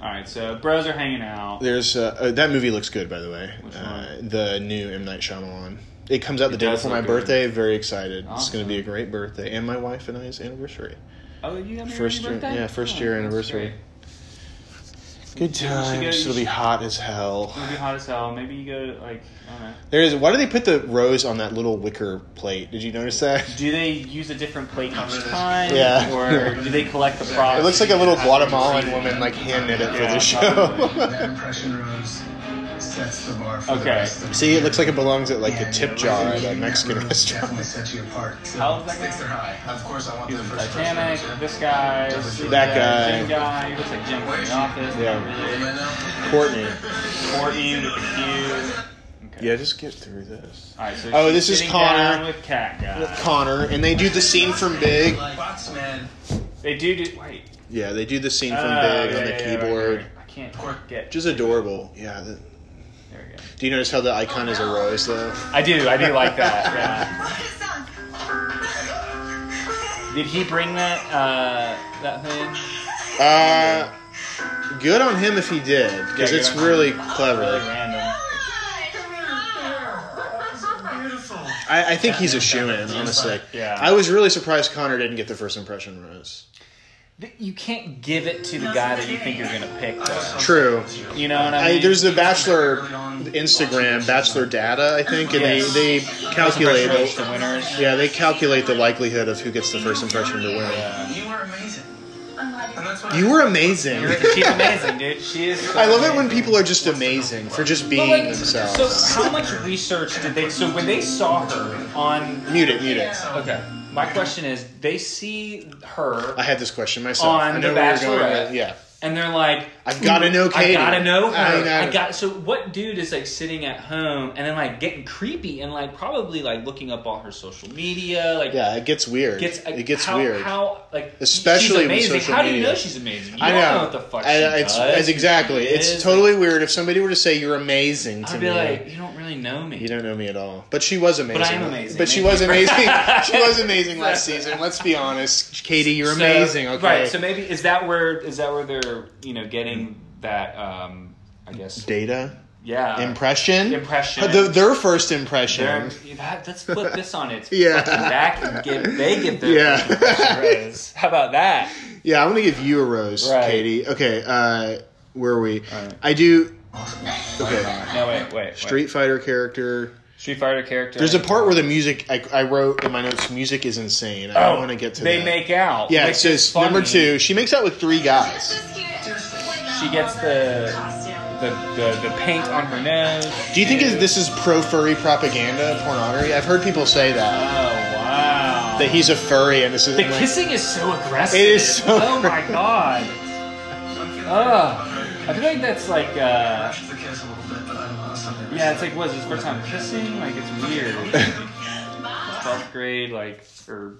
B: All right, so bros are hanging out.
A: There's uh, uh, that movie looks good by the way.
B: Which
A: Uh, the new M Night Shyamalan. It comes out the
B: It
A: day
B: does
A: before
B: look
A: my
B: good.
A: birthday. Very excited. It's
B: Awesome.
A: going to be a great birthday, and my wife and I's anniversary.
B: Oh, you got married
A: First
B: on your
A: year-
B: birthday?
A: yeah, first
B: Oh,
A: year
B: that's
A: anniversary.
B: great.
A: Good
B: should go- you
A: times. It'll be
B: should-
A: hot as hell.
B: It'll be hot as hell. Maybe you go to, like I don't know.
A: There is. Why do they put the rose on that little wicker plate? Did you notice that?
B: Do they use a different plate each time?
A: Yeah.
B: Or do they collect the props?
A: It looks like a little Guatemalan woman like hand knit it for
B: Yeah,
A: the show.
B: probably.
D: That impression rose sets the bar for
B: Okay.
D: the rest of the
A: See, it looks like it belongs at like a tip jar at a
D: That
A: Mexican
D: rose
A: restaurant.
D: Definitely sets you apart. So
B: How old is that
D: stakes
B: guy?
D: are high. Of course, I want
B: He's
D: the
B: in
D: first
B: Titanic.
D: person.
B: This guy.
A: That guy.
B: Jim guy. He looks like Jim from The Office.
A: Yeah.
F: right now?
A: Courtney.
B: Courtney with the Q. Okay.
A: Yeah, just get through this.
B: All right, so
A: Oh,
B: she's
A: this is
B: sitting
A: Connor.
B: down with Cat Guy.
A: Connor, and they do the scene from Big.
D: Boxman.
B: They do do. Wait.
A: Yeah, they do the scene from
B: Oh,
A: Big
B: yeah,
A: on the
B: yeah, right,
A: keyboard.
B: right, right. I can't get.
A: Which is adorable. Yeah. the-
B: there we go.
A: do you notice how the icon is a rose though?
B: I do. I do like that.
E: What is that?
B: Yeah. Did he bring that uh, that thing?
A: Uh, good on him if he did, because
B: Yeah,
A: it's
B: good on him.
A: really
B: Really
A: clever.
B: random.
D: Beautiful.
A: I, I think he's a shoe in, honestly.
B: Yeah.
A: I was really surprised Connor didn't get the first impression rose.
B: Th- You can't give it to the guy that you think you're gonna pick, though.
A: True.
B: You know what I mean?
A: I, there's the Bachelor Instagram, Bachelor Data, I think, and
B: Yes.
A: they, they calculate
B: First
A: it.
B: the winners.
A: Yeah, they calculate the likelihood of who gets the first impression to win.
B: Yeah.
D: You were amazing. And that's what
A: You were amazing.
B: She's amazing, dude. She is. so
A: I love it when
B: amazing.
A: people are just amazing for just
B: But,
A: being
B: like,
A: themselves.
B: So how much research did they? So when they saw her on,
A: Mute it, mute it.
B: okay. My question is, they see her
A: I had this question myself.
B: On
A: I
B: The
A: know where you're going
B: Bachelorette.
A: with Yeah.
B: and they're like,
A: I've gotta know Katie.
B: I gotta know her.
A: I
B: I,
A: gotta-
B: got. So what dude is like sitting at home and then like getting creepy and like probably like looking up all her social media, like
A: Yeah, it gets weird.
B: gets
A: it gets
B: how,
A: weird.
B: How like
A: Especially with
B: she's amazing.
A: social
B: how do you
A: media.
B: know she's amazing? You
A: I
B: don't
A: know.
B: know. what the fuck
A: I-
B: she
A: it's,
B: does.
A: it's exactly.
B: She
A: It's
B: is.
A: totally weird if somebody were to say you're amazing to
B: I'd
A: me.
B: be like, you don't really know me.
A: you don't know me at all. But she was amazing.
B: But I am amazing.
A: But she
B: Thank
A: was
B: you.
A: amazing. she was amazing last season. Let's be honest, Katie. You're amazing.
B: So-
A: Okay.
B: Right. So maybe is that where is that where they're you know getting that um I guess
A: Data
B: yeah
A: impression.
B: Uh, Impression.
A: The- their first impression.
B: They're- that, let's flip this on its
A: Yeah.
B: fucking back and give they give their
A: Yeah.
B: impression raise. How about that?
A: Yeah, I'm gonna give you a rose,
B: Right.
A: Katie. Okay, uh, where are we?
B: All right.
A: I do. Okay,
B: No wait wait, wait.
A: Street Fighter character.
C: Street Fighter character.
A: There's a part where the music I, I wrote in my notes. Music is insane. I
C: Oh,
A: want to get to.
C: They
A: that.
C: make out.
A: Yeah, it
C: which is
A: says number
C: funny.
A: two. She makes out with three guys.
C: She gets the
E: Costume.
C: the, the the paint on her nose.
A: Do you think is- this is pro furry propaganda pornography? I've heard people say
C: Oh
A: that
C: wow.
A: that he's a furry and this is
B: The
A: like-
B: kissing is so aggressive.
A: It is so
B: Oh my god. Ah. Ugh. I feel like that's like uh
D: Should the kiss a little bit, but I don't know something.
B: yeah, it's like what is this first time kissing? Like it's weird. Twelfth grade, like or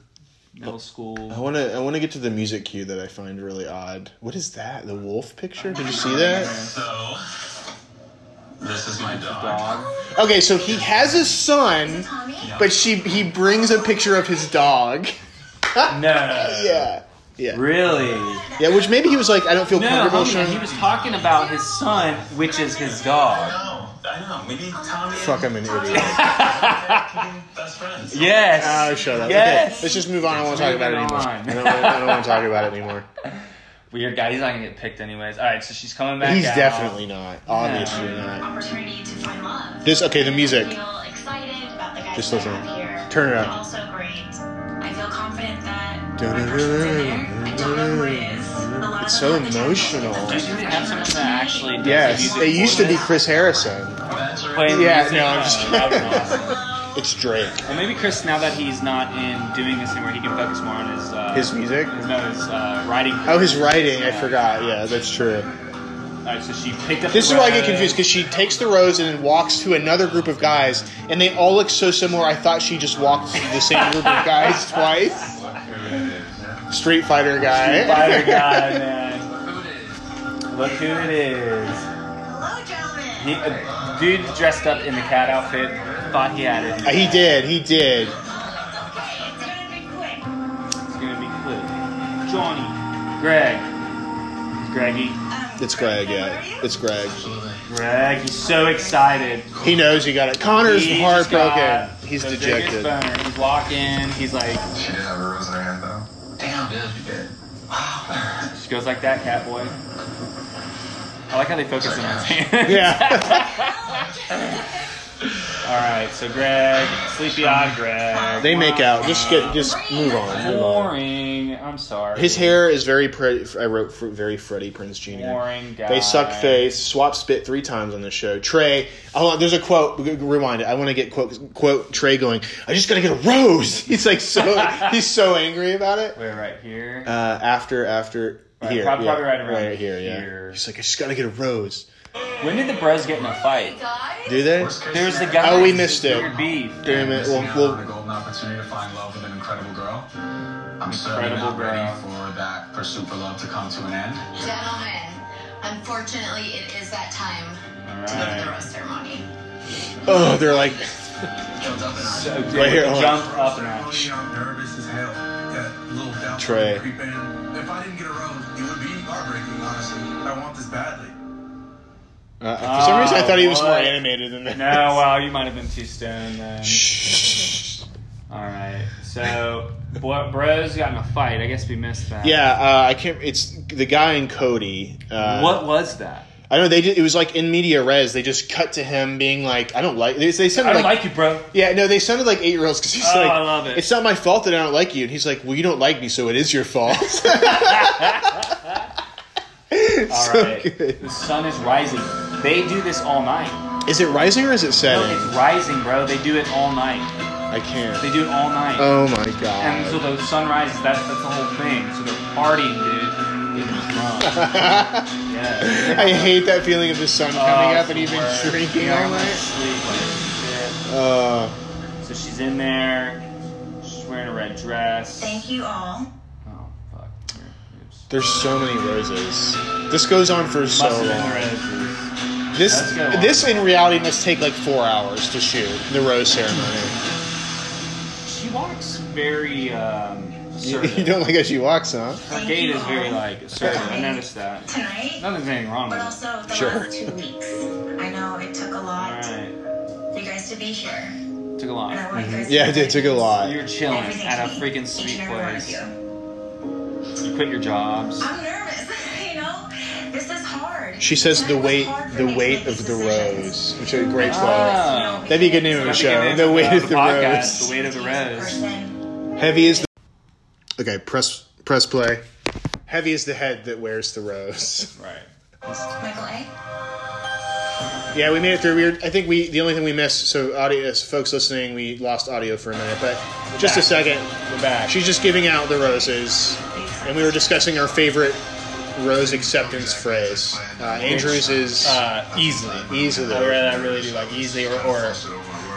B: middle
A: I
B: school.
A: want to I want to get to the music cue that I find really odd. What is that? The wolf picture? Did you see that?
D: So, this is my dog.
C: Dog.
A: Okay, so he has a son,
E: Tommy?
A: but she he brings a picture of his dog.
B: No.
A: Yeah. Yeah.
B: Really?
A: Yeah, which maybe he was like I don't feel
B: No,
A: comfortable
B: homie,
A: showing.
B: he was talking about his son, which is his dog.
D: No, I know. We need Tommy.
A: Fuck, I'm an idiot.
D: Fucking best friends.
B: Yes.
A: Oh, shut up.
B: Yes.
A: Okay, let's just move on. I don't want to talk about it
B: Moving
A: anymore.
B: on.
A: I don't, wanna- I don't want to talk about it anymore.
C: Weird guy. He's not gonna get picked anyways. All right, so she's coming back.
A: He's
C: out.
A: definitely not. Obviously not.
E: Opportunity to find love.
A: This okay? The music.
E: feel excited about the guys
A: Just
E: that I
A: listen.
E: have here.
A: Turn it
E: They're
A: up.
E: all so great. I feel confident that the right person's in there. I don't know who it is. The love
A: It's
E: of
A: so
E: my life.
A: emotional.
B: Do you think they have someone that actually does
A: Yes,
B: the music
A: it used to
B: for
A: be
B: this?
A: Chris Harrison.
C: Playing the
A: Yeah,
C: music.
A: no, I'm just
C: Oh, that would've been awesome.
E: Hello.
A: It's Drake.
B: Well, maybe Chris, now that he's not in doing this anymore, he can focus more on his uh,
A: His music.
B: his- no, his uh, writing.
A: Oh, his writing. I forgot. Yeah, that's true.
B: All right, so she picked up.
A: This
B: the
A: is why I get
B: rose.
A: confused because she takes the rose and then walks to another group of guys, and they all look so similar. I thought she just walked to the same group of guys twice. Street Fighter guy.
B: Fire guy, man. Look who it is.
E: Hello, gentlemen.
B: He, a dude dressed up in the cat outfit thought he had it.
A: Uh, He did. He did.
E: Okay, it's gonna be quick.
B: It's gonna be quick. Johnny, Greg, Greggy,
E: Um,
A: It's Greg. Yeah,
E: where are you?
A: it's Greg.
B: Greg. He's so excited.
A: He knows he got it. Connor's
B: He just got
A: heartbroken. He's
B: the biggest
A: dejected.
B: boner. He's walking. He's like,
D: She did have a rose in her hand, though.
F: Damn, dude.
B: she goes like that, cat boy. I like how they focus on his hands.
A: Yeah.
B: All right, so Greg, sleepy eyed Greg.
A: They make out. Just get. Just move on. Move on.
B: boring. I'm sorry.
A: His hair is very. Pre- I wrote fr- very Freddie Prince Jr.
B: boring guy.
A: They suck face, swap spit three times on the show. Trey, hold on, there's a quote. g- g- Rewind it. I want to get quote quote Trey going. I just gotta get a rose. He's like so he's so angry about it.
B: Wait, right here.
A: Uh, after after
B: Right,
A: here,
B: probably-
A: yeah,
B: probably right around
A: here, yeah.
B: here.
A: He's like I just gotta get a rose.
B: when did the bros get in a fight?
A: Do they?
B: There was the guy.
A: Oh, we
B: with
A: missed
B: his
A: it.
B: Weird beef.
A: Damn it.
D: Missing
A: Well,
D: out on a
A: well,
D: golden opportunity to find love with an incredible girl. I'm certainly
B: Incredible
D: not ready
B: girl.
D: for that pursuit for love to come to an end.
E: Gentlemen, unfortunately, it is that time to go to the rose ceremony.
A: oh, they're like
B: So, dude,
A: Right here, hold on.
B: jump up and out.
D: I'm nervous as hell. That little doubt
A: Trey.
D: creep in. If I didn't get a rose, it would be heartbreaking, honestly. I want this badly.
A: uh, for some reason I thought he was more
B: Oh, what?
A: animated than that.
B: No, wow, you might have been too stoned then.
A: Shh.
B: All right, so bro- bros got in a fight. I guess we missed that.
A: Yeah, uh, I can't. It's the guy and Cody. Uh,
B: What was that?
A: I know they did. It was like in media res. They just cut to him being like, "I don't like." They, they
B: I
A: sounded
B: don't
A: like,
B: like you, bro.
A: yeah, no, they sounded like eight year olds because he's
B: Oh,
A: like,
B: I love it.
A: It's not my fault that I don't like you." And he's like, "Well, you don't like me, so it is your fault."
B: All
A: So
B: right.
A: good.
B: The sun is rising. They do this all night.
A: Is it rising or is it
B: No,
A: setting?
B: it's rising, bro. They do it all night.
A: I can't.
B: They do it all night.
A: Oh my
B: and so
A: god.
B: the sun rises. That's that's the whole thing. So they're partying, dude. Getting drunk. Yeah.
A: I hate that feeling of the sun coming
B: Oh,
A: up and
B: it's
A: even
B: the worst.
A: drinking
B: Yeah,
A: all
B: I'm gonna
A: night.
B: sleep like shit.
A: Uh,
B: So she's in there. She's wearing a red dress.
E: Thank you all.
B: Oh fuck. Here, Oops.
A: there's so many roses. This goes on for so
B: Mustard
A: long.
B: and roses.
A: This
B: Let's go on.
A: this in reality must take like four hours to shoot the rose ceremony.
B: She walks very um,
A: You,
B: assertive.
A: you don't like how she walks, huh?
B: Her gait is very like assertive. I noticed that.
E: Tonight,
B: Nothing's anything wrong with
E: but
B: it.
E: also the
A: Sure.
E: last two weeks. I know it took a
B: All
E: lot
B: right,
E: for you guys to be here.
B: took a
E: And I
B: lot.
E: want you guys to
A: Yeah, it did- took a lot.
B: You're chilling
E: Everything
B: at a
E: to me,
B: freaking
E: each
B: sweet
E: and every one of
B: place.
E: you.
B: You quit your jobs.
E: I'm nervous, you know? This is hard.
A: She says the
E: It was
A: weight,
E: hard for
A: the
E: me to
A: weight
E: make
A: of the
E: decisions.
A: rose, which is a great quote.
B: Ah.
A: That'd be a good name of a
B: That's a good
A: show.
B: name
A: The
B: for
A: weight
B: the
A: of the
B: podcast,
A: rose.
B: The weight of the rose.
E: Person.
A: Heavy is the. Okay, press press play. Heavy is the head that wears the rose.
B: Right.
E: Michael A.
A: Yeah, we made it through. We were, I think we the only thing we missed. So audio, so folks listening, we lost audio for a minute, but just a
B: back.
A: second.
B: We're back.
A: She's just giving out the roses, and we were discussing our favorite rose acceptance phrase. Uh, Andrews is
G: Uh, easily.
A: easily.
G: I really, I really do like easily or, or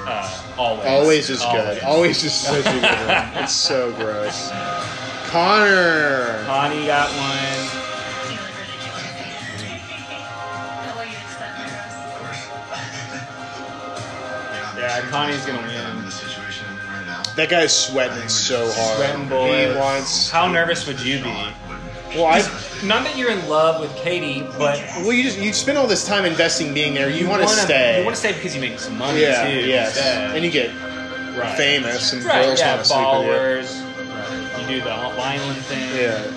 G: uh, always.
A: Always
B: Oh,
A: is good. Always is such a good one. It's so gross. Connor.
B: Connie got one.
E: You look ridiculous. The way you accept my rose.
B: Yeah, Connie's gonna win.
D: in the situation right now.
A: That guy's sweating so hard.
B: Sweating bullets.
A: He wants.
G: How nervous would you be?
A: Well, I.
B: Not that you're in love with Katie, but
A: Well, you just you spend all this time investing being there. You, want to
B: wanna-
A: stay.
B: You want to stay because you make some money
A: Yeah.
B: too.
A: Yes.
B: instead.
A: And you get
B: right.
A: famous, and
B: Right.
A: girls
B: Yeah.
A: want to sleep with
B: Followers. Right. You do the Vineland thing.
A: you. Yeah.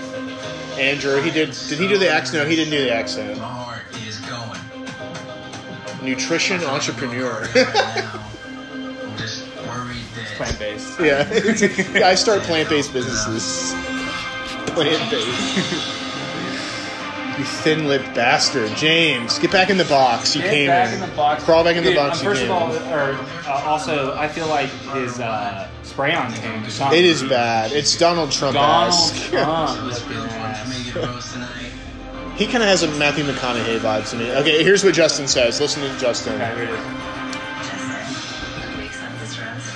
A: Andrew, he did. Did he do the accent? No, he didn't do the accent.
F: My heart is going.
A: Nutrition entrepreneur.
F: Right now. I'm just worried that
B: Plant based.
A: yeah. I start plant-based businesses. Plant-based. you thin-lipped bastard, James. Get back in the box. You
B: Get
A: came
B: back
A: in.
B: in the box.
A: Crawl back in the
B: Dude,
A: box.
B: um,
A: You
B: First
A: came
B: of all,
A: in.
B: or uh, also, I feel like his uh, spray on thing.
A: it is bad. It's Donald
B: Donald
A: Trump-esque.
B: Trump.
F: was
B: looking
F: built
B: ass.
F: to make it rose tonight.
A: He kind of has a Matthew McConaughey vibe to me. Okay, here's what Justin says. Listen to Justin.
B: Okay, here it is.
E: Justin, we accept this rose.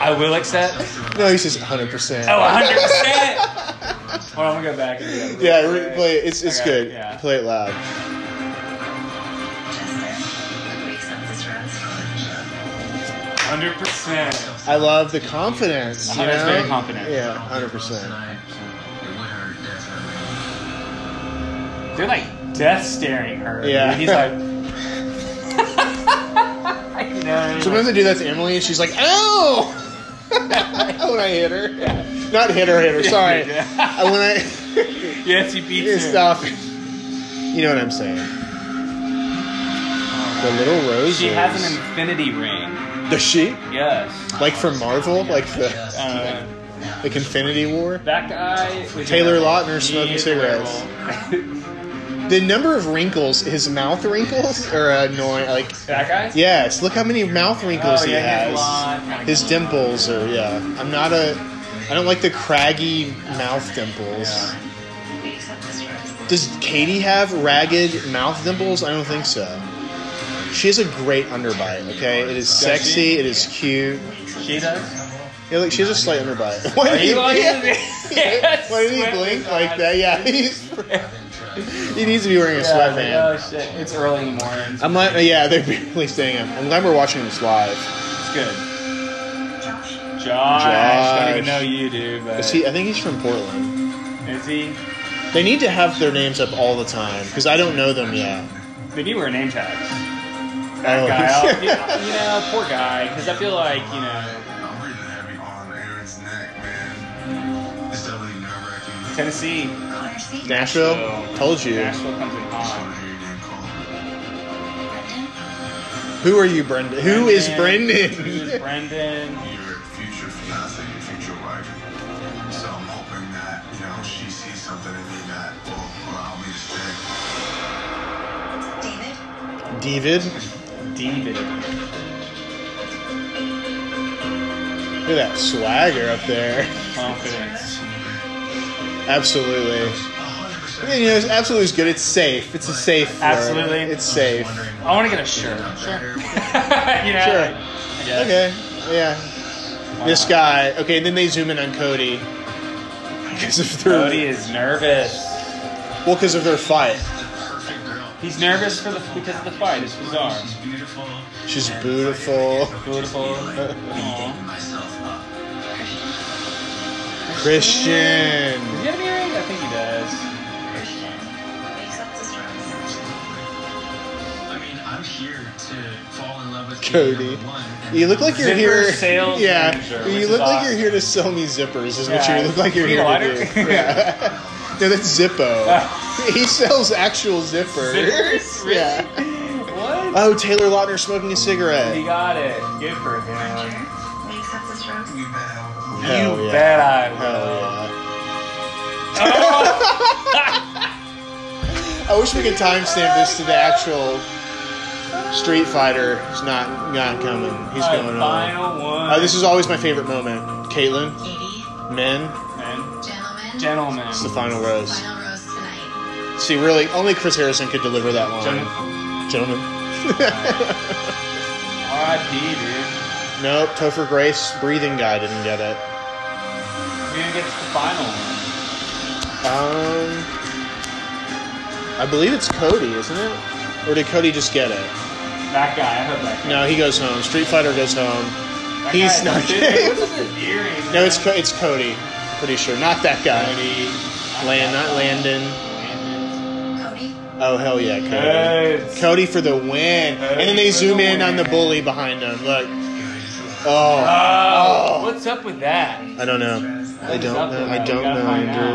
B: I will accept.
A: No, he says 100%.
B: Oh, 100 percent. Hold on, I'm gonna go back. And do that real
A: Yeah,
B: quick.
A: re- play it. It's, it's
B: Okay,
A: good.
B: Yeah.
A: Play it loud.
E: Justin, we accept this rose.
B: 100 percent.
A: I love the confidence. You
B: Oh, that's
A: know?
B: very confident.
A: Yeah,
F: Rose
A: 100%.
F: tonight. It would hurt definitely.
B: They're like death staring her.
A: Yeah.
B: dude. He's like. I know.
A: Sometimes I do that to Emily, and she's like, "Ow!" when I hit her. Not hit her, hit her. Sorry.
B: Yeah.
A: I- when I
B: yes, he beats
A: Yeah,
B: him.
A: stop. it. You know what I'm saying? The little roses.
B: She has an infinity ring.
A: Does she?
B: Yes.
A: Like from Marvel, like the
F: Just
B: Uh,
A: like Infinity War.
B: that guy. was-
A: Taylor Lautner
B: He
A: smoking
B: is
A: cigarettes.
B: adorable.
A: The number of wrinkles, his mouth wrinkles are annoying. Like,
B: that guy.
A: yes, look how many mouth wrinkles
B: Oh,
A: he
B: yeah, he has a
A: has.
B: lot. Kinda
A: His
B: got-
A: dimples are yeah. I'm not a. I don't like the craggy mouth dimples.
B: Yeah.
E: We accept this rose.
A: Does Katie have ragged mouth dimples? I don't think so. She has a great underbite. Okay, it is sexy. It is cute.
B: She does.
A: Yeah, like she has a slight underbite. Why
B: Are
A: did he,
B: you lying to me?
A: yeah. Why did he
B: Sweat
A: blink
B: was
A: like
B: on.
A: that? Yeah, he's, he needs to be wearing a
B: Yeah,
A: sweatband.
B: like, oh shit! It's early in the morning.
A: I'm glad, yeah, they're barely staying up. I'm glad we're watching this live.
B: It's good.
E: Josh.
B: Josh, I don't even
A: Josh.
B: know you, dude. But
A: Is he, I think he's from Portland.
B: Is he?
A: They need to have their names up all the time because I don't know them yet.
B: They do wear name tags.
A: Oh.
B: That guy, I'll- you know, poor guy, because I feel like you know
D: I'm breathing heavy on Aaron's neck, man. It's definitely nerve wracking.
B: Tennessee,
E: Connor C.
A: Nashville?
B: So-
A: Told you.
B: Nashville comes in hot.
E: Brendan.
A: Who are you, Brendan? Who is
B: Who is
A: Brendan?
B: Brendan?
D: Your future fiance, your future wife. So I'm hoping that, you know, she sees something in me that will allow me to stay.
E: David.
A: David?
B: David.
A: Look at that swagger up there.
B: Confidence.
A: Absolutely. Yeah, You know, it's absolutely is good. It's safe. It's a safe. word.
B: Absolutely.
A: It's safe.
B: I want to get a shirt.
F: Sure.
B: you know.
A: Sure.
B: I guess.
A: Okay. Yeah.
B: Why
A: This
B: not?
A: guy. Okay, and then they zoom in on Cody. Because of their
B: Cody is nervous.
A: well, because of their fight.
B: He's nervous for the because of the fight. It's bizarre.
A: She's beautiful.
B: Beautiful. Aw.
F: Myself up.
A: Christian.
B: Does he have an earring? I think he does.
E: Christian. We accept this rose.
F: I mean, I'm here to fall in love with
A: Cody. You look like you're
B: Zipper
A: here.
B: sales
A: yeah.
B: manager, which
A: you
B: is
A: look like
B: awesome.
A: you're here to sell me zippers. Is what
B: Yeah.
A: you look like you're
B: Need a
A: here to
B: lighter?
A: do. Yeah. no, that's Zippo. he sells actual zippers.
B: Zippers? Really?
A: Yeah.
B: What?
A: Oh, Taylor Lautner smoking a
B: He
A: cigarette.
B: got it. Good for him.
E: Roger, will you accept this rose?
D: You bet I will.
A: Hell
B: you
A: yeah.
B: bet I will.
A: Hell
B: Oh,
A: yeah. I wish we could timestamp this to the actual Street Fighter. It's not not coming. He's
B: my
A: going on.
B: final one.
A: Uh, this is always my favorite moment. Caitlin,
E: Katie,
A: men,
B: man.
E: gentlemen,
B: Gentlemen.
A: it's the final rose.
E: final rose tonight.
A: See, really, only Chris Harrison could deliver that line.
B: Gentlemen.
A: Gentlemen.
B: R.I.P., dude.
A: nope, Topher Grace, breathing guy, didn't get it.
B: Who gets the final one?
A: Um, I believe it's Cody, isn't it? Or did Cody just get it?
B: That guy. I hope that guy.
A: No, he goes home. Street Fighter goes home.
B: that
A: he's
B: guy-
A: not-
B: Dude, What's with his earrings?
A: No, it's Co- it's Cody. Pretty sure, not that guy.
B: Cody.
A: Land, not Landon.
E: Cody,
A: Oh hell yeah, Cody.
B: Good.
A: Cody for the win, and then they
B: Cody for
A: zoom
B: the
A: in on the
B: win.
A: bully behind him. Look, oh,
B: Oh, what's up with that?
A: I don't know. I
B: What's up
A: don't know.
B: with
A: I
B: that? We
A: don't
B: gotta
A: know,
B: find
A: Andrew.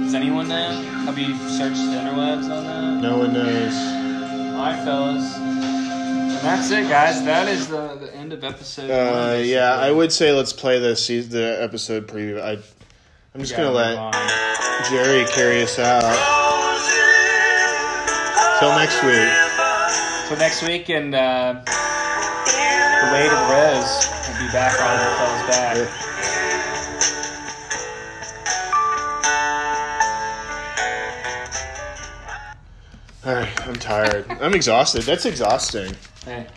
B: out. Does anyone know? Have you searched the interwebs on that?
A: No one knows.
B: All right, fellas. And that's it, guys. That is the, the end of episode.
A: Uh,
B: one.
A: yeah, I would say let's play the se- the episode preview. I, I'm just gonna let. Jerry carry us out. Till next week.
B: So next week and uh, the way to the res. We'll be back on the fellas back.
A: Yeah. All right, I'm tired. I'm exhausted. That's exhausting.
B: Hey.